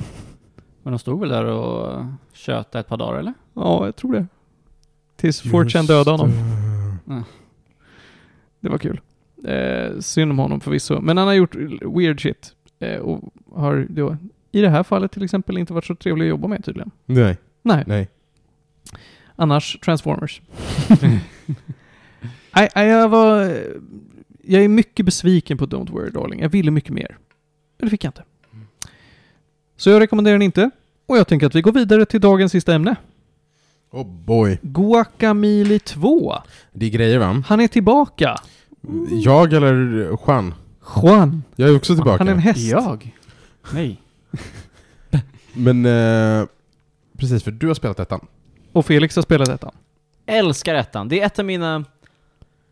[SPEAKER 4] Men de stod väl där och tjötade ett par dagar eller?
[SPEAKER 2] Ja, jag tror det. Tills
[SPEAKER 1] Just
[SPEAKER 2] 4chan dödade honom.
[SPEAKER 1] det.
[SPEAKER 2] Det var kul. Eh, synd om honom förvisso. Men han har gjort weird shit. Eh, och har då, i det här fallet till exempel, inte varit så trevlig att jobba med tydligen.
[SPEAKER 1] Nej,
[SPEAKER 2] Nej.
[SPEAKER 1] nej.
[SPEAKER 2] Annars Transformers. Nej, nej, jag var... eh, Jag är mycket besviken på Don't Worry Darling. Jag ville mycket mer. Men det fick jag inte. Så jag rekommenderar den inte. Och jag tänker att vi går vidare till dagens sista ämne.
[SPEAKER 1] Oh boy.
[SPEAKER 2] Guacamole 2.
[SPEAKER 1] Det är grejer va?
[SPEAKER 2] Han är tillbaka.
[SPEAKER 1] Jag eller Juan?
[SPEAKER 2] Juan.
[SPEAKER 1] Jag är också tillbaka.
[SPEAKER 2] Han är en häst.
[SPEAKER 4] Jag? Nej.
[SPEAKER 1] Men eh, precis, för du har spelat ettan.
[SPEAKER 2] Och Felix har spelat ettan.
[SPEAKER 3] Älskar ettan. Det är ett av mina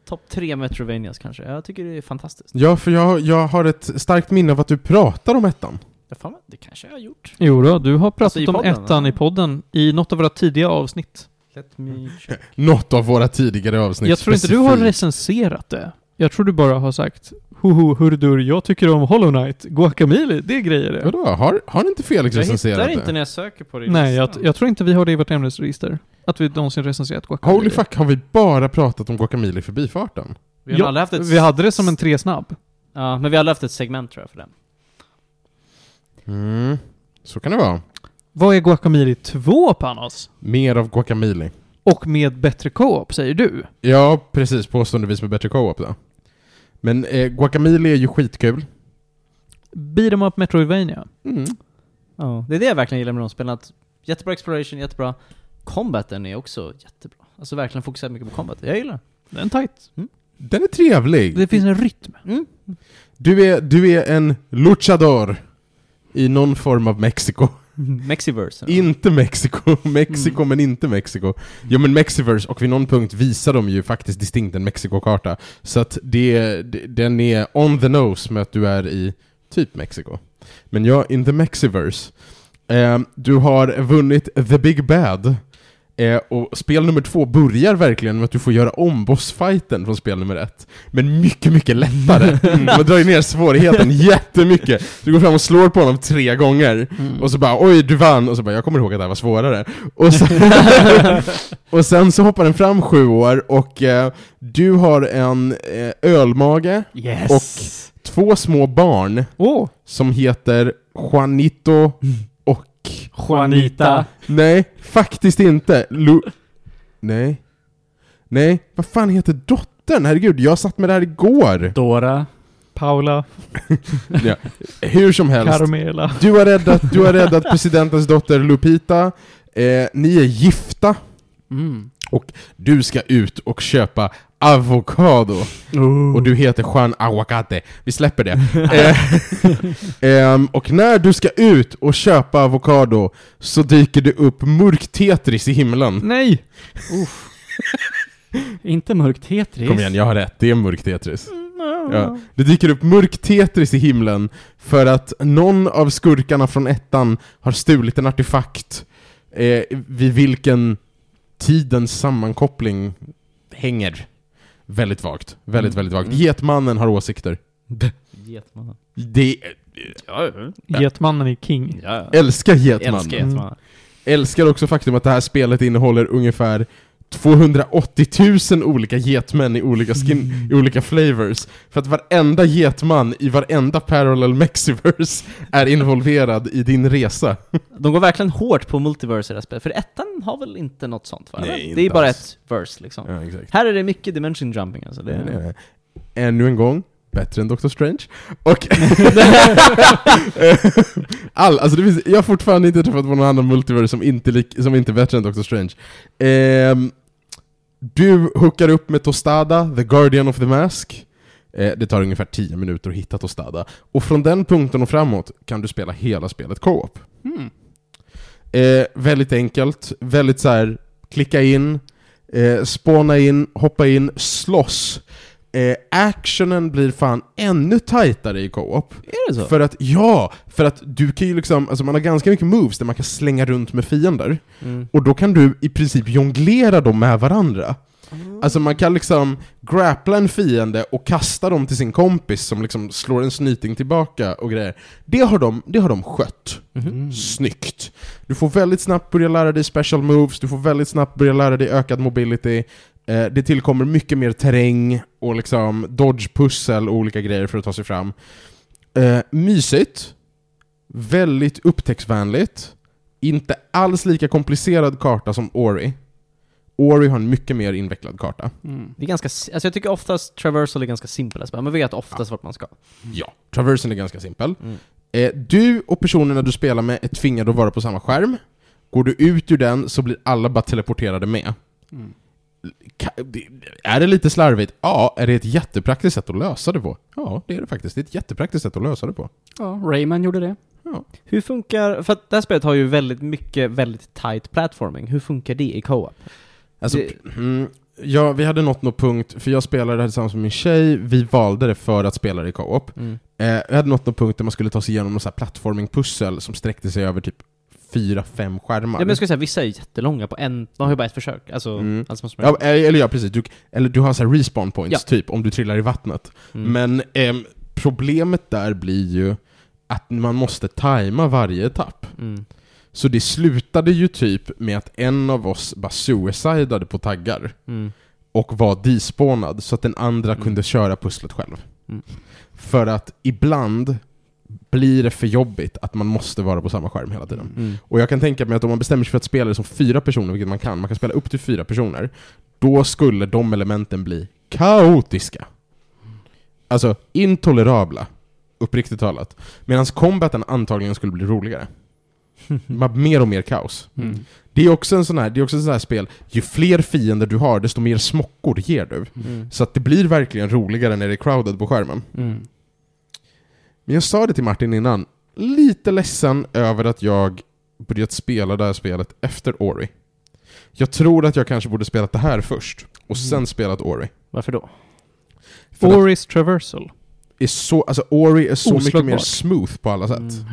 [SPEAKER 3] topp tre Metrovanias kanske. Jag tycker det är fantastiskt.
[SPEAKER 1] Ja, för jag, jag har ett starkt minne av att du pratar om ettan.
[SPEAKER 3] Ja, fan, vad- det kanske jag har gjort.
[SPEAKER 2] Jo då, du har pratat
[SPEAKER 3] Alltså i
[SPEAKER 2] om
[SPEAKER 3] podden,
[SPEAKER 2] ettan
[SPEAKER 3] va?
[SPEAKER 2] i podden i något av våra tidiga avsnitt.
[SPEAKER 6] Let me check.
[SPEAKER 1] Något av våra tidigare avsnitt.
[SPEAKER 2] jag tror inte du har
[SPEAKER 1] specifikt.
[SPEAKER 2] recenserat det. Jag tror du bara har sagt Hoho hurdur, jag tycker om Hollow Knight, Guacamole, det är grejer det.
[SPEAKER 1] Vadå? Har, har inte Felix
[SPEAKER 6] Jag
[SPEAKER 1] recenserat
[SPEAKER 6] hittar
[SPEAKER 1] det?
[SPEAKER 6] inte när jag söker på det i
[SPEAKER 2] Nej, jag,
[SPEAKER 6] listan.
[SPEAKER 2] jag tror inte vi har det i vårt ämnesregister. Att vi någonsin recenserat Guacamole.
[SPEAKER 1] Holy fuck, har vi bara pratat om Guacamole i förbifarten?
[SPEAKER 6] Vi har
[SPEAKER 2] Ja,
[SPEAKER 6] aldrig haft ett...
[SPEAKER 2] Vi hade det som en tresnabb.
[SPEAKER 3] Ja, men vi har aldrig haft ett segment tror jag för den.
[SPEAKER 1] Mm, så kan det vara.
[SPEAKER 2] Vad är Guacamole 2, Panos?
[SPEAKER 1] Mer av Guacamole.
[SPEAKER 2] Och med bättre co-op, säger du?
[SPEAKER 1] Ja, precis. Påståendevis med bättre co-op då. Men eh, Guacamole är ju skitkul.
[SPEAKER 3] Beat 'em up Metroidvania.
[SPEAKER 1] Mm.
[SPEAKER 3] Ja, det är det jag verkligen gillar med de spelen. Att jättebra exploration, jättebra. Combaten är också jättebra. Alltså verkligen fokuserar mycket på combat. Jag gillar den. Den är tight. Mm.
[SPEAKER 1] Den är trevlig.
[SPEAKER 2] Det finns en rytm.
[SPEAKER 1] Du, är, du är en luchador i någon form av Mexiko.
[SPEAKER 3] Mexiverse.
[SPEAKER 1] Inte Mexiko, Mexiko men inte Mexiko. Jo men Mexiverse, och vid någon punkt visar de ju faktiskt distinkt en Mexikokarta. Så att det, det- den är on the nose med att du är i typ Mexiko. Men ja, in the Mexiverse. Eh, du har vunnit the big bad. Eh, och spel nummer två börjar verkligen med att du får göra om bossfighten från spel nummer ett. Men mycket, mycket lättare. Man drar ju ner svårigheten jättemycket. Du går fram och slår på honom tre gånger.
[SPEAKER 4] Mm.
[SPEAKER 1] Och så bara oj, du vann! Och så bara jag kommer ihåg att det här var svårare. Och sen, och sen så hoppar den fram sju år och eh, du har en eh, ölmage,
[SPEAKER 4] Yes!
[SPEAKER 1] två små barn
[SPEAKER 2] Åh!
[SPEAKER 1] som heter Juanito och...
[SPEAKER 4] Juanita.
[SPEAKER 1] Nej, faktiskt inte. Lu... Nej. Nej, vad fan heter dottern? Herregud, jag satt med det här igår.
[SPEAKER 4] Dora.
[SPEAKER 2] Paula,
[SPEAKER 1] Hur som helst. Mm.
[SPEAKER 2] Carmela.
[SPEAKER 1] Du har räddat, du har räddat presidentens dotter Lupita, eh, ni är gifta,
[SPEAKER 4] Mm.
[SPEAKER 1] du ska ut och köpa avokado. Och du heter Juan Aguacate. Vi släpper det. eh, ehm, och när du ska ut och köpa avokado så dyker det upp mörk Tetris i himlen.
[SPEAKER 2] Nej!
[SPEAKER 4] Inte mörkt Tetris.
[SPEAKER 1] Kom igen, jag har rätt. Det är mörk Tetris. Ja. Det dyker upp mörk Tetris i himlen för att någon av skurkarna från ettan har stulit en artefakt eh, vid vilken tidens sammankoppling hänger. Väldigt vagt. Väldigt, väldigt vagt. Getmannen har åsikter.
[SPEAKER 3] Getmannen.
[SPEAKER 1] Det eh,
[SPEAKER 3] Ja, ja.
[SPEAKER 2] Getmannen är king.
[SPEAKER 3] ja.
[SPEAKER 1] älskar Getman.
[SPEAKER 3] Älskar Getmannen.
[SPEAKER 1] Älskar också faktum att det här spelet innehåller ungefär 280 000 olika getmän i olika skin, i olika flavors. För att varenda getman i varenda parallel mexiverse är involverad i din resa.
[SPEAKER 3] De går verkligen hårt på multiverse i det här spelet. För ettan har väl inte något sånt va?
[SPEAKER 1] Nej,
[SPEAKER 3] Eller?
[SPEAKER 1] inte
[SPEAKER 3] det är bara
[SPEAKER 1] alls.
[SPEAKER 3] ett verse liksom.
[SPEAKER 1] Ja, exakt.
[SPEAKER 3] Här är det mycket dimension jumping alltså. Det
[SPEAKER 1] Det
[SPEAKER 3] är,
[SPEAKER 1] är det. Ännu en gång, bättre än Doctor Strange. Och... All, alltså det finns, jag har fortfarande inte träffat på någon annan multiverse som inte, lik, som inte är bättre än Doctor Strange. Ehm, du hookar upp med Tostada, the Guardian of the Mask. Eh, det tar ungefär 10 minuter att hitta Tostada. Och från den punkten och framåt kan du spela hela spelet co-op.
[SPEAKER 4] Mm.
[SPEAKER 1] Eh, väldigt enkelt, väldigt så här klicka in, eh, spåna in, hoppa in, slåss. Eh, actionen blir fan ännu tajtare i co-op.
[SPEAKER 3] är det så?
[SPEAKER 1] För att, ja! För att du kan ju liksom, alltså man har ganska mycket moves där man kan slänga runt med fiender.
[SPEAKER 3] Mm.
[SPEAKER 1] Och då kan du i princip jonglera dem med varandra. Alltså man kan liksom grappla en fiende och kasta dem till sin kompis som liksom slår en snyting tillbaka och grejer. Det har de, det har de skött.
[SPEAKER 3] Mhm.
[SPEAKER 1] Snyggt. Du får väldigt snabbt börja lära dig special moves, du får väldigt snabbt börja lära dig ökad mobility. Eh, det tillkommer mycket mer terräng och liksom dodge-pussel och olika grejer för att ta sig fram. Eh, mysigt. Väldigt upptäcktsvänligt. Inte alls lika komplicerad karta som Ori. Ori har en mycket mer invecklad karta.
[SPEAKER 4] Mm.
[SPEAKER 3] Det är ganska, si- alltså jag tycker oftast traversal är ganska simpel alltså. Man vet oftast vart man ska.
[SPEAKER 1] Ja. Traversen är ganska simpel.
[SPEAKER 3] Mm.
[SPEAKER 1] Eh, du och personerna du spelar med är tvingade att vara på samma skärm. Går du ut ur den så blir alla bara teleporterade med.
[SPEAKER 4] Mm.
[SPEAKER 1] Ka- det- Är det lite slarvigt? Ja. Är det ett jättepraktiskt sätt att lösa det på? Ja, det är det faktiskt. Det är ett jättepraktiskt sätt att lösa det på.
[SPEAKER 4] Ja, Rayman gjorde det.
[SPEAKER 3] Hur funkar, för att det här spelet har ju väldigt mycket väldigt tight platforming. Hur funkar det i co-op?
[SPEAKER 1] Alltså,
[SPEAKER 3] Det-
[SPEAKER 1] pr- mm, ja, vi hade nått någon punkt, för jag spelade det här tillsammans med min tjej, vi valde det för att spela det i co-op. Eh, vi hade nått någon punkt där man skulle ta sig igenom någon sån här plattforming-pussel som sträckte sig över typ fyra, fem skärmar.
[SPEAKER 3] Ja, men jag skulle säga vissa är jättelånga på en, de har ju bara ett försök. Alltså,
[SPEAKER 1] Mm.
[SPEAKER 3] alltså måste man
[SPEAKER 1] Ja, eh, eller ja, precis. Du, eller du har så här respawn points,
[SPEAKER 3] Ja.
[SPEAKER 1] typ, om du trillar i vattnet.
[SPEAKER 3] Mm.
[SPEAKER 1] Men ehm, problemet där blir ju att man måste tajma varje etapp.
[SPEAKER 3] Mm.
[SPEAKER 1] Så det slutade ju typ med att en av oss bara suicidade på taggar.
[SPEAKER 3] Mm.
[SPEAKER 1] och var despawnad så att den andra
[SPEAKER 3] Mm.
[SPEAKER 1] kunde köra pusslet själv.
[SPEAKER 3] Mm.
[SPEAKER 1] För att ibland blir det för jobbigt att man måste vara på samma skärm hela tiden.
[SPEAKER 3] Mm.
[SPEAKER 1] Och jag kan tänka mig att om man bestämmer sig för att spela det som fyra personer, vilket man kan, man kan spela upp till fyra personer, då skulle de elementen bli kaotiska. Alltså, intolerabla. Uppriktigt talat. Medan combaten antagligen skulle bli roligare. Man- mer och mer kaos.
[SPEAKER 4] Mm.
[SPEAKER 1] Det är också en sån här, det är också en sån här spel, ju fler fiender du har, desto mer smockor ger du.
[SPEAKER 6] Mm.
[SPEAKER 1] Så att det blir verkligen roligare när det är crowded på skärmen.
[SPEAKER 4] Mm.
[SPEAKER 1] Men jag sa det till Martin innan, lite ledsen över att jag börjat spela det här spelet efter Ori. Jag tror att jag kanske borde spelat det här först, och sen spelat Ori.
[SPEAKER 6] Varför då?
[SPEAKER 1] För att
[SPEAKER 2] Oris Traversal.
[SPEAKER 1] är så, alltså Ori är så mycket mer
[SPEAKER 2] Oslagbart.
[SPEAKER 1] smooth på alla
[SPEAKER 4] Mm.
[SPEAKER 1] sätt.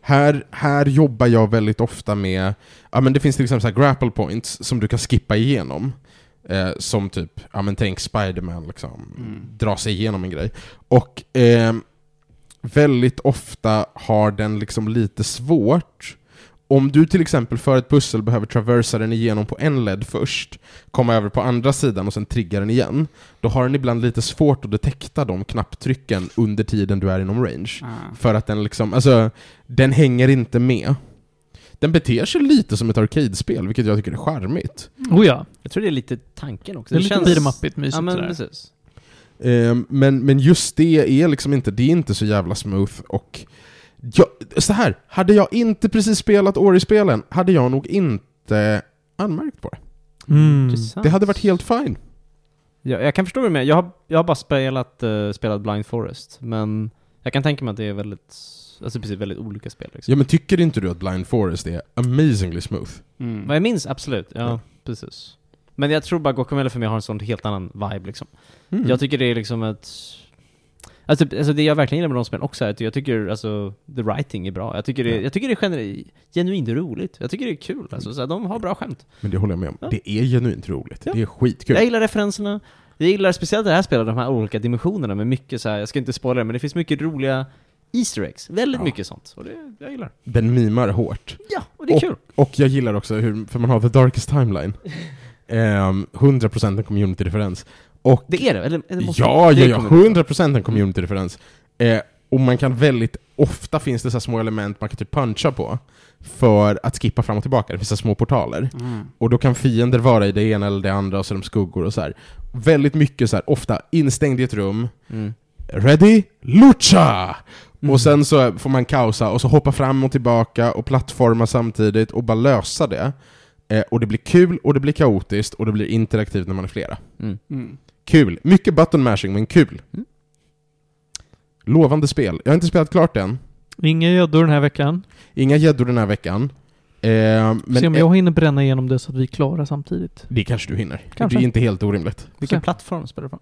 [SPEAKER 1] Här, här jobbar jag väldigt ofta med, ja men det finns till exempel så här grapple points som du kan skippa igenom. Eh, som typ, ja men tänk Spiderman liksom, dra sig igenom en grej. Och ehm, väldigt ofta har den liksom lite svårt. Om du till exempel för ett pussel behöver traversa den igenom på en led först, komma över på andra sidan och sen trigga den igen, då har den ibland lite svårt att detekta de knapptrycken under tiden du är inom range.
[SPEAKER 4] Ah.
[SPEAKER 1] För att den liksom, alltså, den hänger inte med. Den beter sig lite som ett arcade-spel, vilket jag tycker är charmigt.
[SPEAKER 2] Oh ja,
[SPEAKER 3] Jag tror det är lite tanken också.
[SPEAKER 2] det är lite beat'em-upigt mysigt
[SPEAKER 3] Ja men
[SPEAKER 2] sådär.
[SPEAKER 3] precis.
[SPEAKER 1] Ehm, men, men just det är liksom inte, det är inte så jävla smooth och... Jag, så här, hade jag inte precis spelat Ori-spelen hade jag nog inte anmärkt på det.
[SPEAKER 2] Mm.
[SPEAKER 3] Intressant.
[SPEAKER 1] Det hade varit helt fine.
[SPEAKER 3] Ja, jag kan förstå vad du menar. Jag har, jag har bara spelat, eh, spelat Blind Forest, men jag kan tänka mig att det är väldigt, alltså precis väldigt olika spel liksom.
[SPEAKER 1] Ja men tycker inte du att Blind Forest är amazingly smooth?
[SPEAKER 4] Mm.
[SPEAKER 3] Vad jag minns, absolut. Ja,
[SPEAKER 1] Ja.
[SPEAKER 3] precis. Men jag tror bara Guacamele för mig har en sån helt annan vibe liksom.
[SPEAKER 1] Mm.
[SPEAKER 3] Jag tycker det är liksom ett... Alltså, typ- alltså det jag verkligen gillar med de spelen också är att jag tycker alltså the writing är bra. Jag tycker det,
[SPEAKER 1] Ja.
[SPEAKER 3] jag tycker det är gener- genuint roligt. Jag tycker det är kul alltså, så här, de har bra skämt.
[SPEAKER 1] Men det håller jag med om.
[SPEAKER 3] Ja.
[SPEAKER 1] Det är genuint roligt.
[SPEAKER 3] Ja.
[SPEAKER 1] Det är skitkul.
[SPEAKER 3] Jag gillar referenserna. Jag gillar speciellt det här spelet, de här olika dimensionerna med mycket så här, jag ska inte spoila det, men det finns mycket roliga Easter eggs. Väldigt
[SPEAKER 1] Ja.
[SPEAKER 3] mycket sånt. Och det, jag gillar.
[SPEAKER 1] Den mimar hårt.
[SPEAKER 3] Ja, och det är kul.
[SPEAKER 1] Och jag gillar också hur, för man har the darkest timeline. Ehm, 100% en community-referens. Och
[SPEAKER 3] Det är det, eller? eller måste
[SPEAKER 1] ja,
[SPEAKER 3] det
[SPEAKER 1] ja, ja,
[SPEAKER 3] kommer-
[SPEAKER 1] 100% en community-referens. Eh, och man kan väldigt, ofta finns det så här små element man kan typ puncha på för att skippa fram och tillbaka. Det finns så här små portaler.
[SPEAKER 4] Mm.
[SPEAKER 1] Och då kan fiender vara i det ena eller det andra och så är de skuggor och så här. Väldigt mycket så här, ofta instängd i ett rum,
[SPEAKER 3] Mm.
[SPEAKER 1] Ready, lucha!
[SPEAKER 3] Mm.
[SPEAKER 1] Och sen så får man kaosa och så hoppa fram och tillbaka och plattforma samtidigt och bara lösa det. Eh, och det blir kul och det blir kaotiskt och det blir interaktivt när man är flera.
[SPEAKER 3] Mm.
[SPEAKER 4] Mm.
[SPEAKER 1] Kul! Mycket button mashing, men kul.
[SPEAKER 3] Mm.
[SPEAKER 1] Lovande spel. Jag har inte spelat klart än.
[SPEAKER 2] Inga gäddor den här veckan.
[SPEAKER 1] Inga gäddor den här veckan. Eh, men
[SPEAKER 2] Se om
[SPEAKER 1] eh,
[SPEAKER 2] jag hinner bränna igenom det så att vi är klara samtidigt.
[SPEAKER 1] det kanske du hinner.
[SPEAKER 2] Kanske.
[SPEAKER 1] Det är inte helt orimligt.
[SPEAKER 3] Vilken
[SPEAKER 2] Så.
[SPEAKER 3] plattform spelar du på?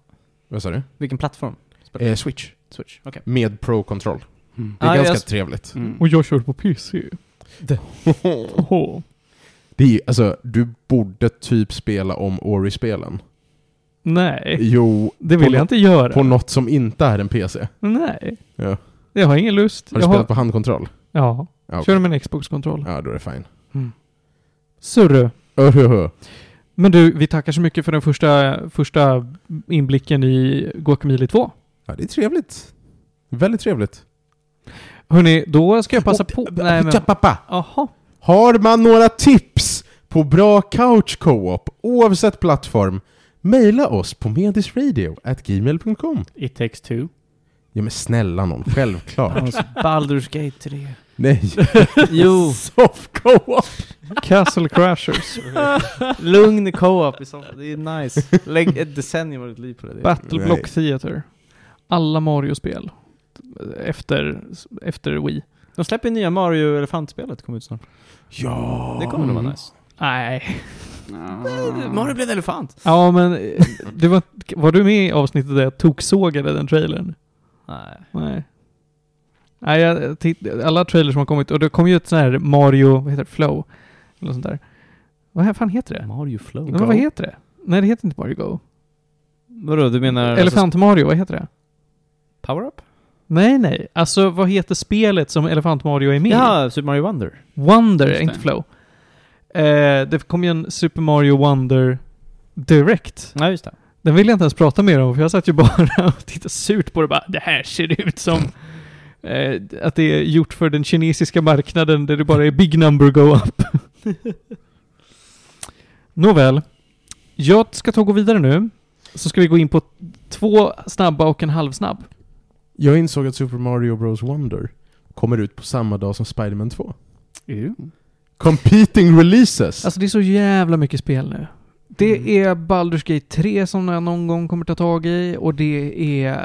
[SPEAKER 1] Vad sa du?
[SPEAKER 3] Vilken plattform?
[SPEAKER 1] Eh, Switch.
[SPEAKER 3] Switch? Okej.
[SPEAKER 1] Med Pro Control.
[SPEAKER 4] Mm.
[SPEAKER 1] Det är
[SPEAKER 3] Ah,
[SPEAKER 1] ganska
[SPEAKER 3] jag sp-
[SPEAKER 1] trevligt.
[SPEAKER 4] Mm.
[SPEAKER 2] Och jag kör på PC. Oho.
[SPEAKER 1] Det är ju, alltså, du borde typ spela om Ori-spelen.
[SPEAKER 2] Nej,
[SPEAKER 1] Jo,
[SPEAKER 2] det vill
[SPEAKER 1] på
[SPEAKER 2] jag
[SPEAKER 1] nå-
[SPEAKER 2] inte göra.
[SPEAKER 1] på något som inte är en PC.
[SPEAKER 2] Nej.
[SPEAKER 1] Ja.
[SPEAKER 2] Jag har ingen lust.
[SPEAKER 1] Har du
[SPEAKER 2] jag
[SPEAKER 1] spelat på handkontroll?
[SPEAKER 2] Ja.
[SPEAKER 1] Ja, okej.
[SPEAKER 2] Kör med en Xbox-kontroll.
[SPEAKER 1] ja då är det fine. Öh,
[SPEAKER 2] Surre.
[SPEAKER 1] Öhöhö.
[SPEAKER 2] Men du, vi tackar så mycket för den första, första inblicken i Guacamole 2.
[SPEAKER 1] Ja, det är trevligt. Väldigt trevligt.
[SPEAKER 2] Hörni, då ska jag passa på... Nej, men...
[SPEAKER 1] Tjapapa.
[SPEAKER 2] Jaha.
[SPEAKER 1] Har man några tips på bra couch co-op, oavsett plattform, mejla oss på medisradio.gmail.com.
[SPEAKER 4] It takes two.
[SPEAKER 1] Ja men snälla någon, självklart.
[SPEAKER 3] Alltså, Baldur's Gate 3.
[SPEAKER 1] Nej.
[SPEAKER 3] jo,
[SPEAKER 4] Soft co-op!
[SPEAKER 2] Castle Crashers.
[SPEAKER 3] lugn co-op i sånt. Det är nice. Lägg ett decennium av ditt liv på det. det. är-
[SPEAKER 2] Battle Block Theater. Alla Mario-spel. Efter, efter Wii.
[SPEAKER 3] De släpper ju nya Mario Elefantspelet, kommer ut snart.
[SPEAKER 1] Ja.
[SPEAKER 3] Det kommer nog vara nice.
[SPEAKER 2] Nej.
[SPEAKER 4] Ah.
[SPEAKER 3] Mario blev en elefant!
[SPEAKER 2] Ja, men eh, det var, var du med i avsnittet där jag toksågade den trailern?
[SPEAKER 3] Nej.
[SPEAKER 2] Nej. Nej, jag, titt- alla trailers som har kommit och det kom ju ett sånt här Mario, vad heter det, Flow? Eller något sånt där. Vad här fan heter det?
[SPEAKER 3] Mario Flow.
[SPEAKER 2] Men vad heter det? Nej, det heter inte Mario Go.
[SPEAKER 3] Vadå, du menar... alltså
[SPEAKER 2] Elefant Mario, vad heter det?
[SPEAKER 3] Power-Up?
[SPEAKER 2] Nej, nej. Alltså, vad heter spelet som Elefant Mario är med i?
[SPEAKER 3] Ja, Super Mario Wonder.
[SPEAKER 2] Wonder,
[SPEAKER 4] Just
[SPEAKER 2] inte
[SPEAKER 4] det.
[SPEAKER 2] Flow. Eh, det kom ju en Super Mario Wonder Direct.
[SPEAKER 3] Ja, just det.
[SPEAKER 2] Den vill jag inte ens prata mer om, för jag satt ju bara och tittade surt på det bara. Det här ser ut som eh, att det är gjort för den kinesiska marknaden där det bara är big number go up. Nåväl. Jag ska ta och gå vidare nu. Så ska vi gå in på Två snabba och en halv snabb.
[SPEAKER 1] Jag insåg att Super Mario Bros Wonder kommer ut på samma dag som Spider-Man 2. Competing releases!
[SPEAKER 2] Alltså det är så jävla mycket spel nu. Det är Baldur's Gate 3 som jag någon gång kommer ta tag i och det är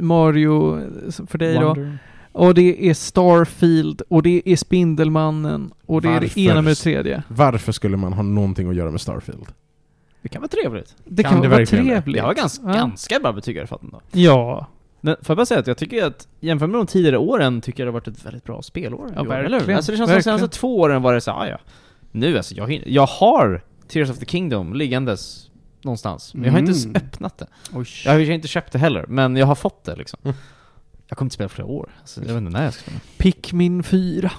[SPEAKER 2] Mario för dig då.
[SPEAKER 6] Wonder.
[SPEAKER 2] Och det är Starfield och det är Spindelmannen och det är
[SPEAKER 1] Varför?
[SPEAKER 2] det ena med det tredje.
[SPEAKER 1] Varför skulle man ha någonting att göra med Starfield?
[SPEAKER 3] Det kan vara trevligt.
[SPEAKER 2] Det kan,
[SPEAKER 1] Kan det
[SPEAKER 2] vara
[SPEAKER 1] verkligen det?
[SPEAKER 2] trevligt.
[SPEAKER 3] Jag har ganska,
[SPEAKER 2] Ja.
[SPEAKER 3] ganska bra betyg i alla fall ändå.
[SPEAKER 2] Ja.
[SPEAKER 3] Men får jag bara säga att jag tycker att jämfört med de tidigare åren tycker jag det har varit ett väldigt bra spelår.
[SPEAKER 2] Ja,
[SPEAKER 3] i år,
[SPEAKER 2] verkligen.
[SPEAKER 3] eller hur? Alltså det känns
[SPEAKER 2] Verkligen.
[SPEAKER 3] som de senaste två åren var det så ah, ja. Nu alltså, jag, hinner- jag har Tears of the Kingdom liggandes någonstans. Men jag har inte ens
[SPEAKER 6] Mm.
[SPEAKER 3] öppnat det. Jag har ju inte köpt det heller, men jag har fått det liksom.
[SPEAKER 2] Mm.
[SPEAKER 3] Jag kommer inte spela på flera år. Alltså, jag vet inte när jag ska spela.
[SPEAKER 2] Pikmin 4.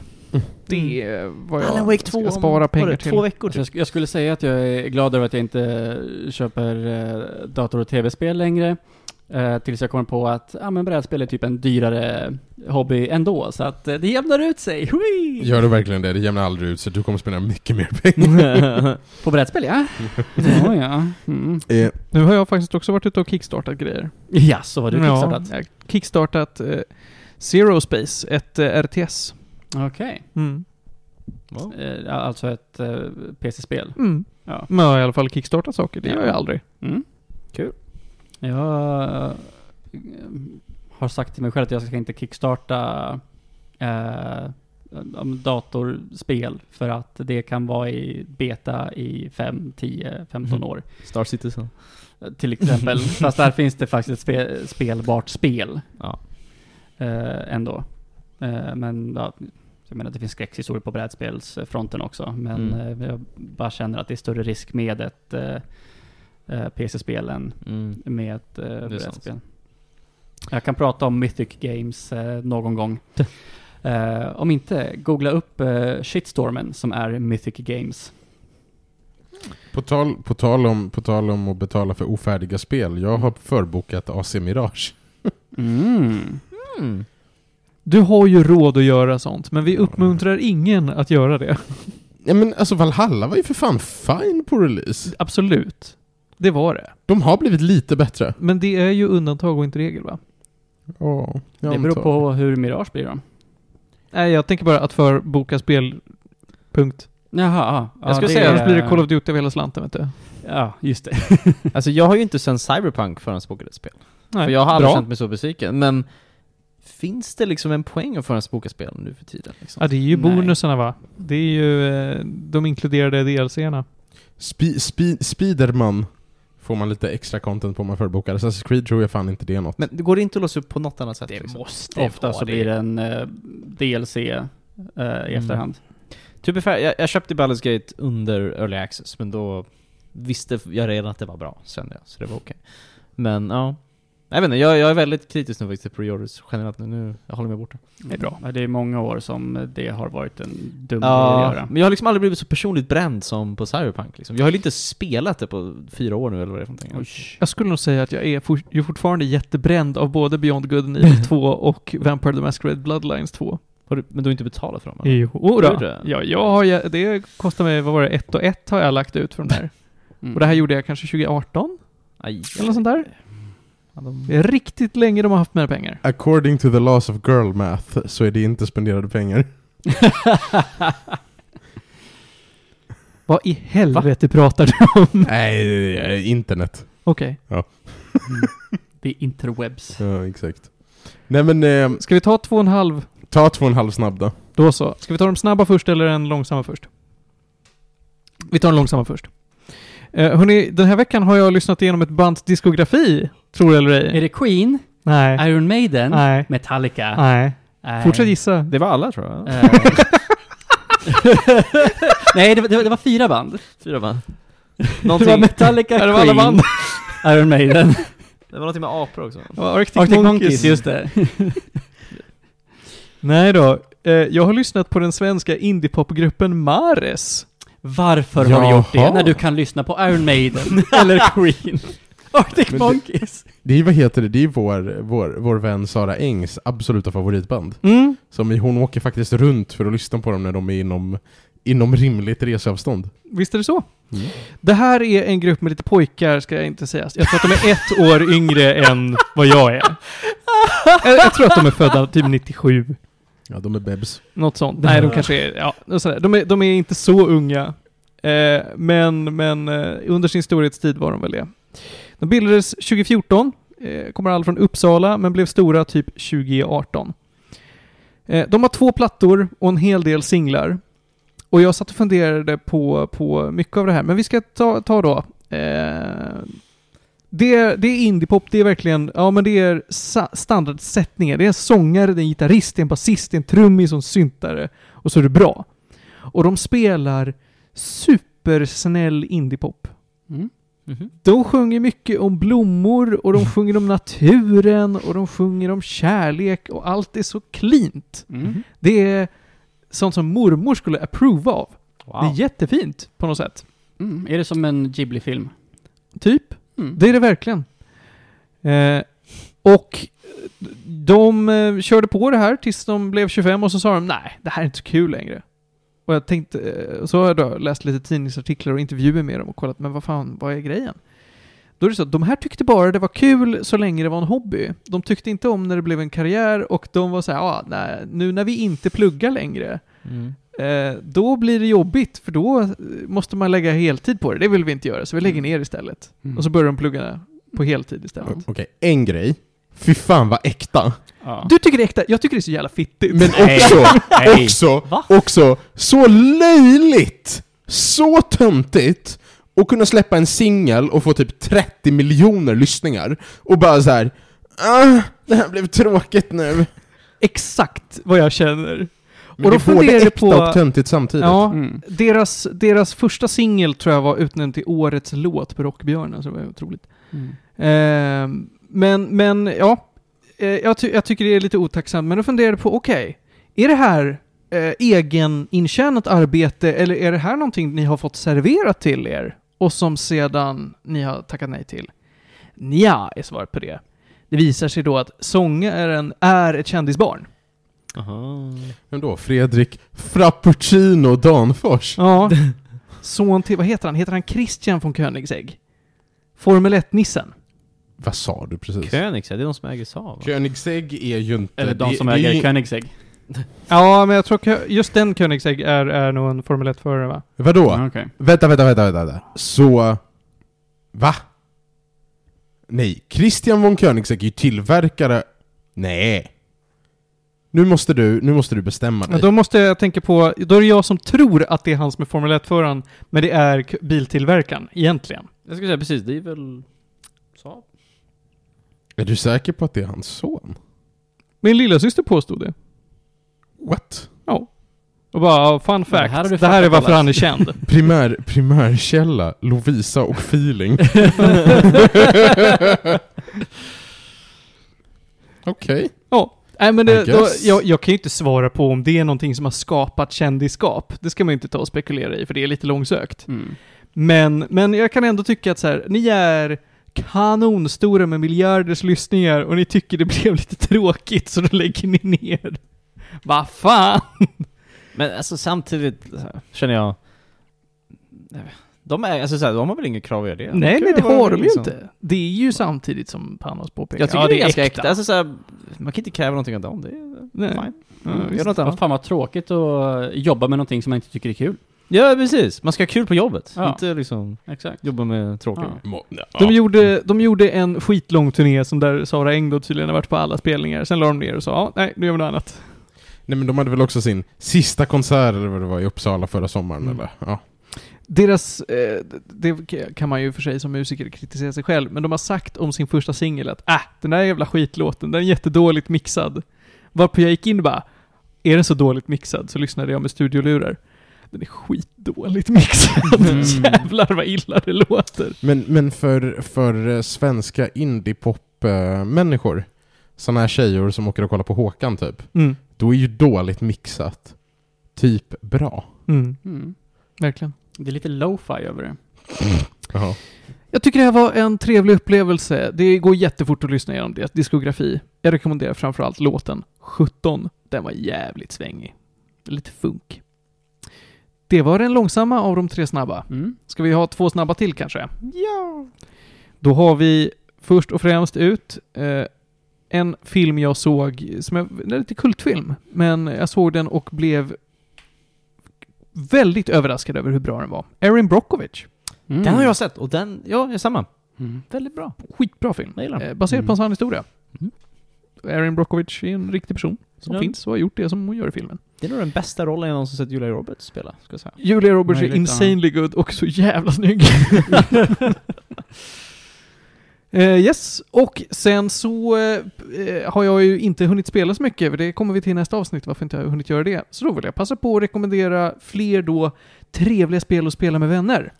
[SPEAKER 2] Det är vad jag
[SPEAKER 3] Alan Wake 2
[SPEAKER 2] ska
[SPEAKER 3] om-
[SPEAKER 2] spara
[SPEAKER 3] var
[SPEAKER 2] pengar
[SPEAKER 3] det
[SPEAKER 2] till.
[SPEAKER 3] Två veckor
[SPEAKER 4] Alltså, jag,
[SPEAKER 3] typ.
[SPEAKER 4] sk- jag skulle säga att jag är glad över att jag inte eh, köper eh, dator och tv-spel längre. Eh, tills jag kommer på att ah, men brädspel är typ en dyrare hobby ändå, så att eh, det jämnar ut sig. Hui!
[SPEAKER 1] Gör du verkligen det? Det jämnar aldrig ut så du kommer spendera mycket mer pengar.
[SPEAKER 4] På brädspel, ja. ja, ja. Mm.
[SPEAKER 1] Eh,
[SPEAKER 2] Nu har jag faktiskt också varit ute och kickstartat grejer.
[SPEAKER 4] ja så var du kickstartat?
[SPEAKER 2] Ja, jag har kickstartat eh, Zero Space, ett eh, RTS.
[SPEAKER 4] Okej.
[SPEAKER 2] Mm.
[SPEAKER 4] Eh, alltså ett eh, PC-spel.
[SPEAKER 2] Mm.
[SPEAKER 4] Ja.
[SPEAKER 2] Men jag har i alla fall kickstartat saker, det
[SPEAKER 4] Ja.
[SPEAKER 2] gör jag aldrig.
[SPEAKER 4] Mm.
[SPEAKER 3] Kul.
[SPEAKER 4] Jag eh, har sagt till mig själv att jag ska inte kickstarta eh, om datorspel för att det kan vara i beta i 5, 10,
[SPEAKER 3] Mm.
[SPEAKER 4] 15 år.
[SPEAKER 3] Star Citizen.
[SPEAKER 4] Eh, Till exempel. Fast där finns det faktiskt ett spe, spelbart spel.
[SPEAKER 3] Ja.
[SPEAKER 4] Eh, ändå. Eh, men ja, jag menar det finns skräckhistorier på brädspelsfronten också. Men
[SPEAKER 3] Mm.
[SPEAKER 4] eh, jag bara känner att det är större risk med ett eh, eh, PC-spel än
[SPEAKER 3] Mm.
[SPEAKER 4] med ett eh,
[SPEAKER 3] är sant.
[SPEAKER 4] brädspel. Jag kan prata om Mythic Games eh, någon gång. Eh, om inte, googla upp eh, Shitstormen som är Mythic Games.
[SPEAKER 1] på, tal, på, tal om, på tal om att betala för ofärdiga spel, jag har förbokat AC Mirage.
[SPEAKER 4] Mm.
[SPEAKER 3] Mm.
[SPEAKER 2] Du har ju råd att göra sånt, men vi uppmuntrar ingen att göra det.
[SPEAKER 1] Ja men alltså Valhalla var ju för fan fine på release.
[SPEAKER 2] Absolut. Det var det.
[SPEAKER 1] De har blivit lite bättre.
[SPEAKER 2] Men det är ju undantag och inte regel va?
[SPEAKER 1] Oh,
[SPEAKER 4] Det beror på hur Mirage blir då.
[SPEAKER 2] Nej, jag tänker bara att förboka spel... Punkt.
[SPEAKER 4] Jaha, ja,
[SPEAKER 3] Jag skulle
[SPEAKER 4] det
[SPEAKER 3] säga,
[SPEAKER 4] är-
[SPEAKER 2] Annars blir det Call of Duty över hela slanten vet du.
[SPEAKER 4] Ja, just det.
[SPEAKER 3] Alltså jag har ju inte sen Cyberpunk förhandsbokat ett spel.
[SPEAKER 2] Nej.
[SPEAKER 3] För jag har aldrig
[SPEAKER 2] Bra.
[SPEAKER 3] känt mig så besviken. Men finns det liksom en poäng att förhandsboka spel nu för tiden? Liksom?
[SPEAKER 2] Ja, det är ju
[SPEAKER 4] Nej.
[SPEAKER 2] bonusarna va? Det är ju eh, de inkluderade DLC-erna.
[SPEAKER 1] Spi, spi, Spiderman får man lite extra content på om man förbokar. Assassin's Creed tror jag fan inte det är något.
[SPEAKER 3] Men det går inte att låsa upp på något annat sätt?
[SPEAKER 4] Det
[SPEAKER 3] liksom?
[SPEAKER 4] måste Ofta så blir det en eh, DLC eh,
[SPEAKER 3] Mm.
[SPEAKER 4] i efterhand.
[SPEAKER 3] Typ ungefär, jag, jag köpte Baldur's Gate under Early Access, men då visste jag redan att det var bra, kände jag. Så det var okej. Men ja. Jag vet inte, jag, jag är väldigt kritisk nu faktiskt till pre-orders generellt nu. nu. Jag håller mig borta.
[SPEAKER 4] Det är bra. Ja, Det är många år som det har varit en dum grej att
[SPEAKER 3] Ja,
[SPEAKER 4] göra.
[SPEAKER 3] men jag har liksom aldrig blivit så personligt bränd som på Cyberpunk liksom. Jag har ju inte spelat det på fyra år nu eller vad det är för någonting.
[SPEAKER 2] Jag skulle nog säga att jag är for, ju fortfarande jättebränd av både Beyond Good and Evil 2 och Vampire the Masquerade Bloodlines 2.
[SPEAKER 3] Har du, men du har inte betalat för dem? eller?
[SPEAKER 2] Jo,
[SPEAKER 3] Gör
[SPEAKER 2] då.
[SPEAKER 3] det?
[SPEAKER 2] Ja, jag har, ju- det kostar mig, vad var det, ett och ett har jag lagt ut för de här.
[SPEAKER 4] Mm.
[SPEAKER 2] Och det här gjorde jag kanske 2018,
[SPEAKER 3] Aj,
[SPEAKER 2] eller något sånt där.
[SPEAKER 3] Ja, de-
[SPEAKER 2] Det är riktigt länge de har haft mina pengar.
[SPEAKER 1] According to the laws of girl math så är det inte spenderade pengar.
[SPEAKER 2] Vad i helvete pratar du om?
[SPEAKER 1] Nej, det är internet.
[SPEAKER 2] Okej,
[SPEAKER 4] Det är interwebs.
[SPEAKER 1] Ja, exakt. Nej men, eh,
[SPEAKER 2] ska vi ta två och en halv?
[SPEAKER 1] ta två och en halv snabb då.
[SPEAKER 2] Då så. Ska vi ta de snabba först eller den långsamma först? Vi tar den långsamma först. Eh, hörni, den här veckan har jag lyssnat igenom ett bands diskografi, tror jag eller ej.
[SPEAKER 4] Är det Queen?
[SPEAKER 2] Nej.
[SPEAKER 4] Iron Maiden?
[SPEAKER 2] Nej.
[SPEAKER 4] Metallica?
[SPEAKER 2] Nej.
[SPEAKER 4] Nej.
[SPEAKER 2] Fortsätt gissa.
[SPEAKER 3] Det var alla tror jag.
[SPEAKER 4] Eh. Nej, det var, det, var, det var fyra band.
[SPEAKER 3] Fyra band.
[SPEAKER 4] Det var Metallica,
[SPEAKER 2] Ja,
[SPEAKER 4] Queen,
[SPEAKER 2] det var alla band.
[SPEAKER 4] Iron Maiden,
[SPEAKER 3] Det var någonting med apor också.
[SPEAKER 2] Arctic,
[SPEAKER 4] Arctic Monkeys, just det.
[SPEAKER 2] Nej då. Eh, jag har lyssnat på den svenska indiepopgruppen Mares.
[SPEAKER 4] Varför har du gjort det
[SPEAKER 1] Jaha.
[SPEAKER 4] när du kan lyssna på Iron Maiden eller Queen? Arctic
[SPEAKER 1] Men det-
[SPEAKER 4] Monkeys.
[SPEAKER 1] Det är ju, vad heter det, det är ju vår, vår, vår vän Sara Engs absoluta favoritband.
[SPEAKER 2] Mm.
[SPEAKER 1] Som i- hon åker faktiskt runt för att lyssna på dem när de är inom, inom rimligt reseavstånd.
[SPEAKER 2] Visst är det så? Det här är en grupp med lite pojkar, ska jag inte säga. Jag tror att de är ett år yngre än vad jag är. Jag, jag tror att de är födda typ 97.
[SPEAKER 1] Ja, de är bebs.
[SPEAKER 2] Något sånt. Nej, de kanske är... Ja, sådär. De, är, de är inte så unga. Eh, men men eh, under sin storhetstid var de väl det. De bildades 2014, eh, kommer all från Uppsala, men blev stora typ 2018. Eh, de har två plattor och en hel del singlar. Och jag satt och funderade på, på mycket av det här, men vi ska ta, ta då... Eh, det, är- det är indiepop, det är verkligen, ja men det är sa- standardsättningar. Det är en sångare, det är en gitarrist, det är en basist, det är en trummis och en syntare. Och så är det bra. Och de spelar supersnäll indiepop.
[SPEAKER 4] Mm.
[SPEAKER 2] De sjunger mycket om blommor och de sjunger om naturen och de sjunger om kärlek och allt är så cleant.
[SPEAKER 4] Mm.
[SPEAKER 2] Det är sånt som mormor skulle approva av. Det är jättefint på något sätt.
[SPEAKER 4] Mm. Är det som en Ghibli-film?
[SPEAKER 2] Typ.
[SPEAKER 4] Mm.
[SPEAKER 2] Det är det verkligen. Eh, och de eh, körde på det här tills de blev 25 och så sa de nej, det här är inte så kul längre. Och jag tänkte, eh, så har jag då läst lite tidningsartiklar och intervjuer med dem och kollat, men vad fan, vad är grejen? Då är det så att de här tyckte bara det var kul så länge det var en hobby. De tyckte inte om när det blev en karriär och de var så här, ah, nej, nu när vi inte pluggar längre,
[SPEAKER 3] Mm.
[SPEAKER 2] Eh, då blir det jobbigt för då eh, måste man lägga heltid på det. Det vill vi inte göra så vi lägger ner istället.
[SPEAKER 4] Mm.
[SPEAKER 2] Och så börjar de plugga på heltid istället.
[SPEAKER 1] Okej, en grej. Fy fan vad äkta.
[SPEAKER 4] Ja.
[SPEAKER 2] Du tycker det är äkta, jag tycker det är så jävla fittigt.
[SPEAKER 1] Men också, också,
[SPEAKER 4] Va?
[SPEAKER 1] också, så löjligt! Så töntigt! Och kunna släppa en singel och få typ 30 miljoner lyssningar och bara så här. Ah, det här blev tråkigt nu.
[SPEAKER 2] Exakt vad jag känner.
[SPEAKER 1] Men
[SPEAKER 2] Och
[SPEAKER 1] det
[SPEAKER 2] då
[SPEAKER 1] är både
[SPEAKER 2] funderar jag
[SPEAKER 1] äkta
[SPEAKER 2] på-
[SPEAKER 1] och töntigt samtidigt.
[SPEAKER 2] Ja,
[SPEAKER 4] Mm.
[SPEAKER 2] deras, deras första singel tror jag var utnämnd till årets låt på Rockbjörnen, så det var otroligt.
[SPEAKER 4] Mm.
[SPEAKER 2] Ehm, men, men ja, Eh, jag, ty- jag tycker det är lite otacksamt, men då funderar jag på, okej, är det här eh, egenintjänat arbete eller är det här någonting ni har fått serverat till er och som sedan ni har tackat nej till? Nja, är svaret på det. Det visar sig då att sångaren är ett kändisbarn.
[SPEAKER 1] Men då, Fredrik Frappuccino Danfors.
[SPEAKER 2] Ja. Son till, vad heter han? Heter han Christian von Koenigsegg? Formel 1-nissen.
[SPEAKER 1] Vad sa du precis?
[SPEAKER 3] Königs, ja, det är de som äger Saab. va?
[SPEAKER 1] Königsegg är ju inte...
[SPEAKER 4] Eller de
[SPEAKER 1] det-
[SPEAKER 4] som
[SPEAKER 1] det är
[SPEAKER 4] äger
[SPEAKER 1] ju-
[SPEAKER 4] Koenigsegg.
[SPEAKER 2] Ja, men jag tror Kö- just den Koenigsegg är, är nog en Formel 1-förare va?
[SPEAKER 1] Vadå?
[SPEAKER 4] Ja, okej.
[SPEAKER 1] Vänta, vänta, vänta, vänta, vänta. Så... Va? Nej, Christian von Koenigsegg är ju tillverkare... Nej. Nu måste du, nu måste du bestämma
[SPEAKER 2] Ja,
[SPEAKER 1] dig.
[SPEAKER 2] då måste jag tänka på, då är det jag som tror att det är han som är Formel 1-föraren, men det är k- biltillverkaren egentligen.
[SPEAKER 3] Jag skulle säga precis, det är väl Saab?
[SPEAKER 1] Är du säker på att det är hans son?
[SPEAKER 2] Min lillasyster påstod det.
[SPEAKER 1] What?
[SPEAKER 2] Och bara, fun
[SPEAKER 4] det här
[SPEAKER 2] fact,
[SPEAKER 4] har
[SPEAKER 2] det
[SPEAKER 4] du
[SPEAKER 2] här, är
[SPEAKER 4] fattat,
[SPEAKER 2] varför
[SPEAKER 4] Lars.
[SPEAKER 2] han är känd.
[SPEAKER 1] Primär, primärkälla, Lovisa och Feeling. Okej.
[SPEAKER 2] Ja. Nej men det,
[SPEAKER 1] I
[SPEAKER 2] då,
[SPEAKER 1] guess.
[SPEAKER 2] jag, jag kan ju inte svara på om det är någonting som har skapat kändisskap. Det ska man ju inte ta och spekulera i, för det är lite långsökt.
[SPEAKER 4] Mm.
[SPEAKER 2] Men, men jag kan ändå tycka att så här, ni är kanonstora med miljarders lyssningar och ni tycker det blev lite tråkigt så då lägger ni ner. Vad fan!
[SPEAKER 3] Men alltså samtidigt så här, känner jag... De, är, alltså, så här, de har väl inget krav att göra det?
[SPEAKER 2] nej,
[SPEAKER 3] kan
[SPEAKER 2] nej, det
[SPEAKER 3] vara
[SPEAKER 2] har de ju
[SPEAKER 3] liksom.
[SPEAKER 2] inte. Det är ju samtidigt som Panos påpekar.
[SPEAKER 3] Jag tycker
[SPEAKER 2] Ja,
[SPEAKER 3] det är ganska äkta. Alltså, så här, man kan inte kräva någonting av dem. Det är
[SPEAKER 2] Nej.
[SPEAKER 3] fine.
[SPEAKER 2] Mm,
[SPEAKER 3] Mm, gör
[SPEAKER 2] visst.
[SPEAKER 3] något
[SPEAKER 4] Vad
[SPEAKER 3] annat.
[SPEAKER 4] fan vad tråkigt att eh, jobba med någonting som man inte tycker är kul.
[SPEAKER 3] Ja, precis. Man ska ha kul på jobbet.
[SPEAKER 4] Ja.
[SPEAKER 3] Inte liksom
[SPEAKER 4] Exakt.
[SPEAKER 3] jobba med tråkiga
[SPEAKER 4] Ja.
[SPEAKER 3] grejer.
[SPEAKER 1] Må-
[SPEAKER 2] De,
[SPEAKER 1] ja.
[SPEAKER 2] gjorde, de gjorde en skitlång turné som där Sara Eng då tydligen har varit på alla spelningar. Sen la de ner och sa ja, nej, nu gör vi något annat.
[SPEAKER 1] Nej men de hade väl också sin sista konsert eller vad det var i Uppsala förra sommaren
[SPEAKER 2] Mm.
[SPEAKER 1] eller? Ja.
[SPEAKER 2] Deras, eh, det det kan man ju för sig som musiker kritisera sig själv, men de har sagt om sin första singel att äh, den där jävla skitlåten, den är jättedåligt mixad. Varpå jag gick in och bara, är den så dåligt mixad? Så lyssnade jag med studiolurar. Den är skitdåligt mixad. Jävlar vad illa det låter.
[SPEAKER 1] Men, men för, för eh, svenska indiepop-människor, sådana här tjejor som åker och kollar på Håkan typ,
[SPEAKER 2] Mm,
[SPEAKER 1] då är ju dåligt mixat typ bra.
[SPEAKER 2] mm,
[SPEAKER 4] Mm.
[SPEAKER 2] verkligen.
[SPEAKER 4] Det är lite lo-fi över det.
[SPEAKER 1] Jaha.
[SPEAKER 2] Jag tycker det här var en trevlig upplevelse. Det går jättefort att lyssna igenom det. Diskografi. Jag rekommenderar framförallt låten 17. Den var jävligt svängig. Lite funk. Det var den långsamma av de tre snabba.
[SPEAKER 4] Mm.
[SPEAKER 2] Ska vi ha två snabba till kanske? Ja! Då har vi först och främst ut eh, en film jag såg, som jag, det är lite kultfilm, men jag såg den och blev väldigt överraskad över hur bra den var. Erin Brockovich.
[SPEAKER 4] Mm.
[SPEAKER 3] Den har jag sett och den, ja, jag är samma.
[SPEAKER 4] Mm.
[SPEAKER 3] Väldigt bra.
[SPEAKER 2] Skitbra film.
[SPEAKER 3] Jag gillar den.
[SPEAKER 2] Eh, baserad
[SPEAKER 4] Mm.
[SPEAKER 2] på en sann historia.
[SPEAKER 3] Mm.
[SPEAKER 2] Erin Brockovich är en riktig person som
[SPEAKER 3] Ja.
[SPEAKER 2] finns och har gjort det som hon gör i filmen.
[SPEAKER 3] Det är nog den bästa rollen jag någonsin sett Julia Roberts spela, ska jag säga.
[SPEAKER 2] Julia Roberts är
[SPEAKER 4] Möjligt, ja.
[SPEAKER 2] insanely good och så jävla snygg. Eh, yes, och sen så eh, har jag ju inte hunnit spela så mycket, för det kommer vi till i nästa avsnitt, varför inte jag har hunnit göra det. Så då vill jag passa på att rekommendera fler då trevliga spel att spela med vänner.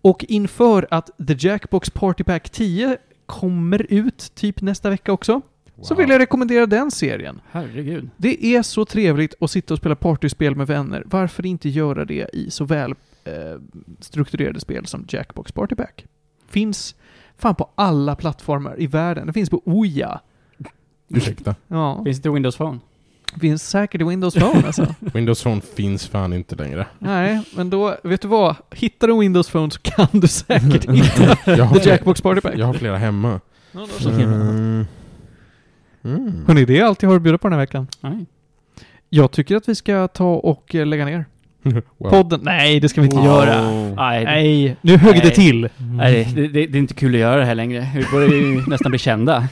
[SPEAKER 2] Och inför att The Jackbox Party Pack 10 kommer ut typ nästa vecka också, så vill jag rekommendera den serien.
[SPEAKER 4] Herregud.
[SPEAKER 2] Det är så trevligt att sitta och spela partyspel med vänner. Varför inte göra det i så väl eh, strukturerade spel som Jackbox Party Pack? Finns fan på alla plattformar i världen. Det finns på Ouya.
[SPEAKER 1] Ursäkta.
[SPEAKER 2] Ja,
[SPEAKER 4] Finns det Windows Phone?
[SPEAKER 2] finns säkert i Windows Phone alltså.
[SPEAKER 1] Windows Phone finns fan inte längre.
[SPEAKER 2] Nej, men då, vet du vad? Hittar du Windows Phone så kan du säkert hitta
[SPEAKER 1] Jag har,
[SPEAKER 2] The
[SPEAKER 1] flera,
[SPEAKER 2] Jackbox Party Pack.
[SPEAKER 1] jag har flera hemma.
[SPEAKER 2] Ja, då så.
[SPEAKER 1] Mm. Mm.
[SPEAKER 2] Hörni, det är allt jag har att bjuda på den här veckan.
[SPEAKER 4] Nej.
[SPEAKER 2] Jag tycker att vi ska ta och eh, lägga ner
[SPEAKER 1] Wow.
[SPEAKER 2] podden. Nej, det ska vi inte
[SPEAKER 4] Wow.
[SPEAKER 2] göra.
[SPEAKER 4] Nej, det-
[SPEAKER 2] Nej, nu högg det
[SPEAKER 4] Nej.
[SPEAKER 2] till.
[SPEAKER 4] Nej, det, det, det är inte kul att göra det här längre. Vi borde ju nästan bli kända.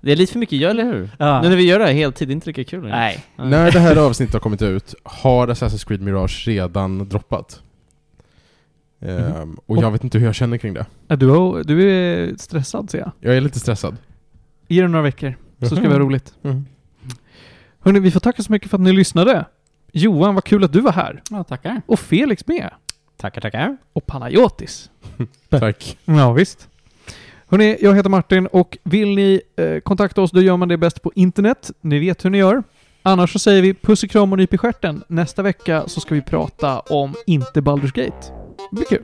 [SPEAKER 3] det är lite för mycket göl, eller hur?
[SPEAKER 4] Ja.
[SPEAKER 3] Nu när vi gör det här heltid, det är inte lika kul längre.
[SPEAKER 4] Nej.
[SPEAKER 1] När det här avsnittet har kommit ut har Assassin's Creed Mirage redan droppat.
[SPEAKER 2] Mhm.
[SPEAKER 1] Ehm, Och jag vet inte hur jag känner kring det.
[SPEAKER 2] Ja, Du, har- du är stressad ser jag.
[SPEAKER 1] Jag är lite stressad.
[SPEAKER 2] Ge det några veckor, så ska vi ha roligt.
[SPEAKER 1] Mm.
[SPEAKER 2] Hörni, vi får tacka så mycket för att ni lyssnade. Johan, vad kul att du var här.
[SPEAKER 4] Ja, tackar.
[SPEAKER 2] Och Felix med.
[SPEAKER 3] Tackar, tackar.
[SPEAKER 2] Och Panayotis.
[SPEAKER 1] Tack.
[SPEAKER 2] Ja, visst. Hörni, jag heter Martin och vill ni eh, kontakta oss, då gör man det bäst på internet. Ni vet hur ni gör. Annars så säger vi puss och kram och nyp i stjärten. Nästa vecka så ska vi prata om inte Baldur's Gate. Det blir kul.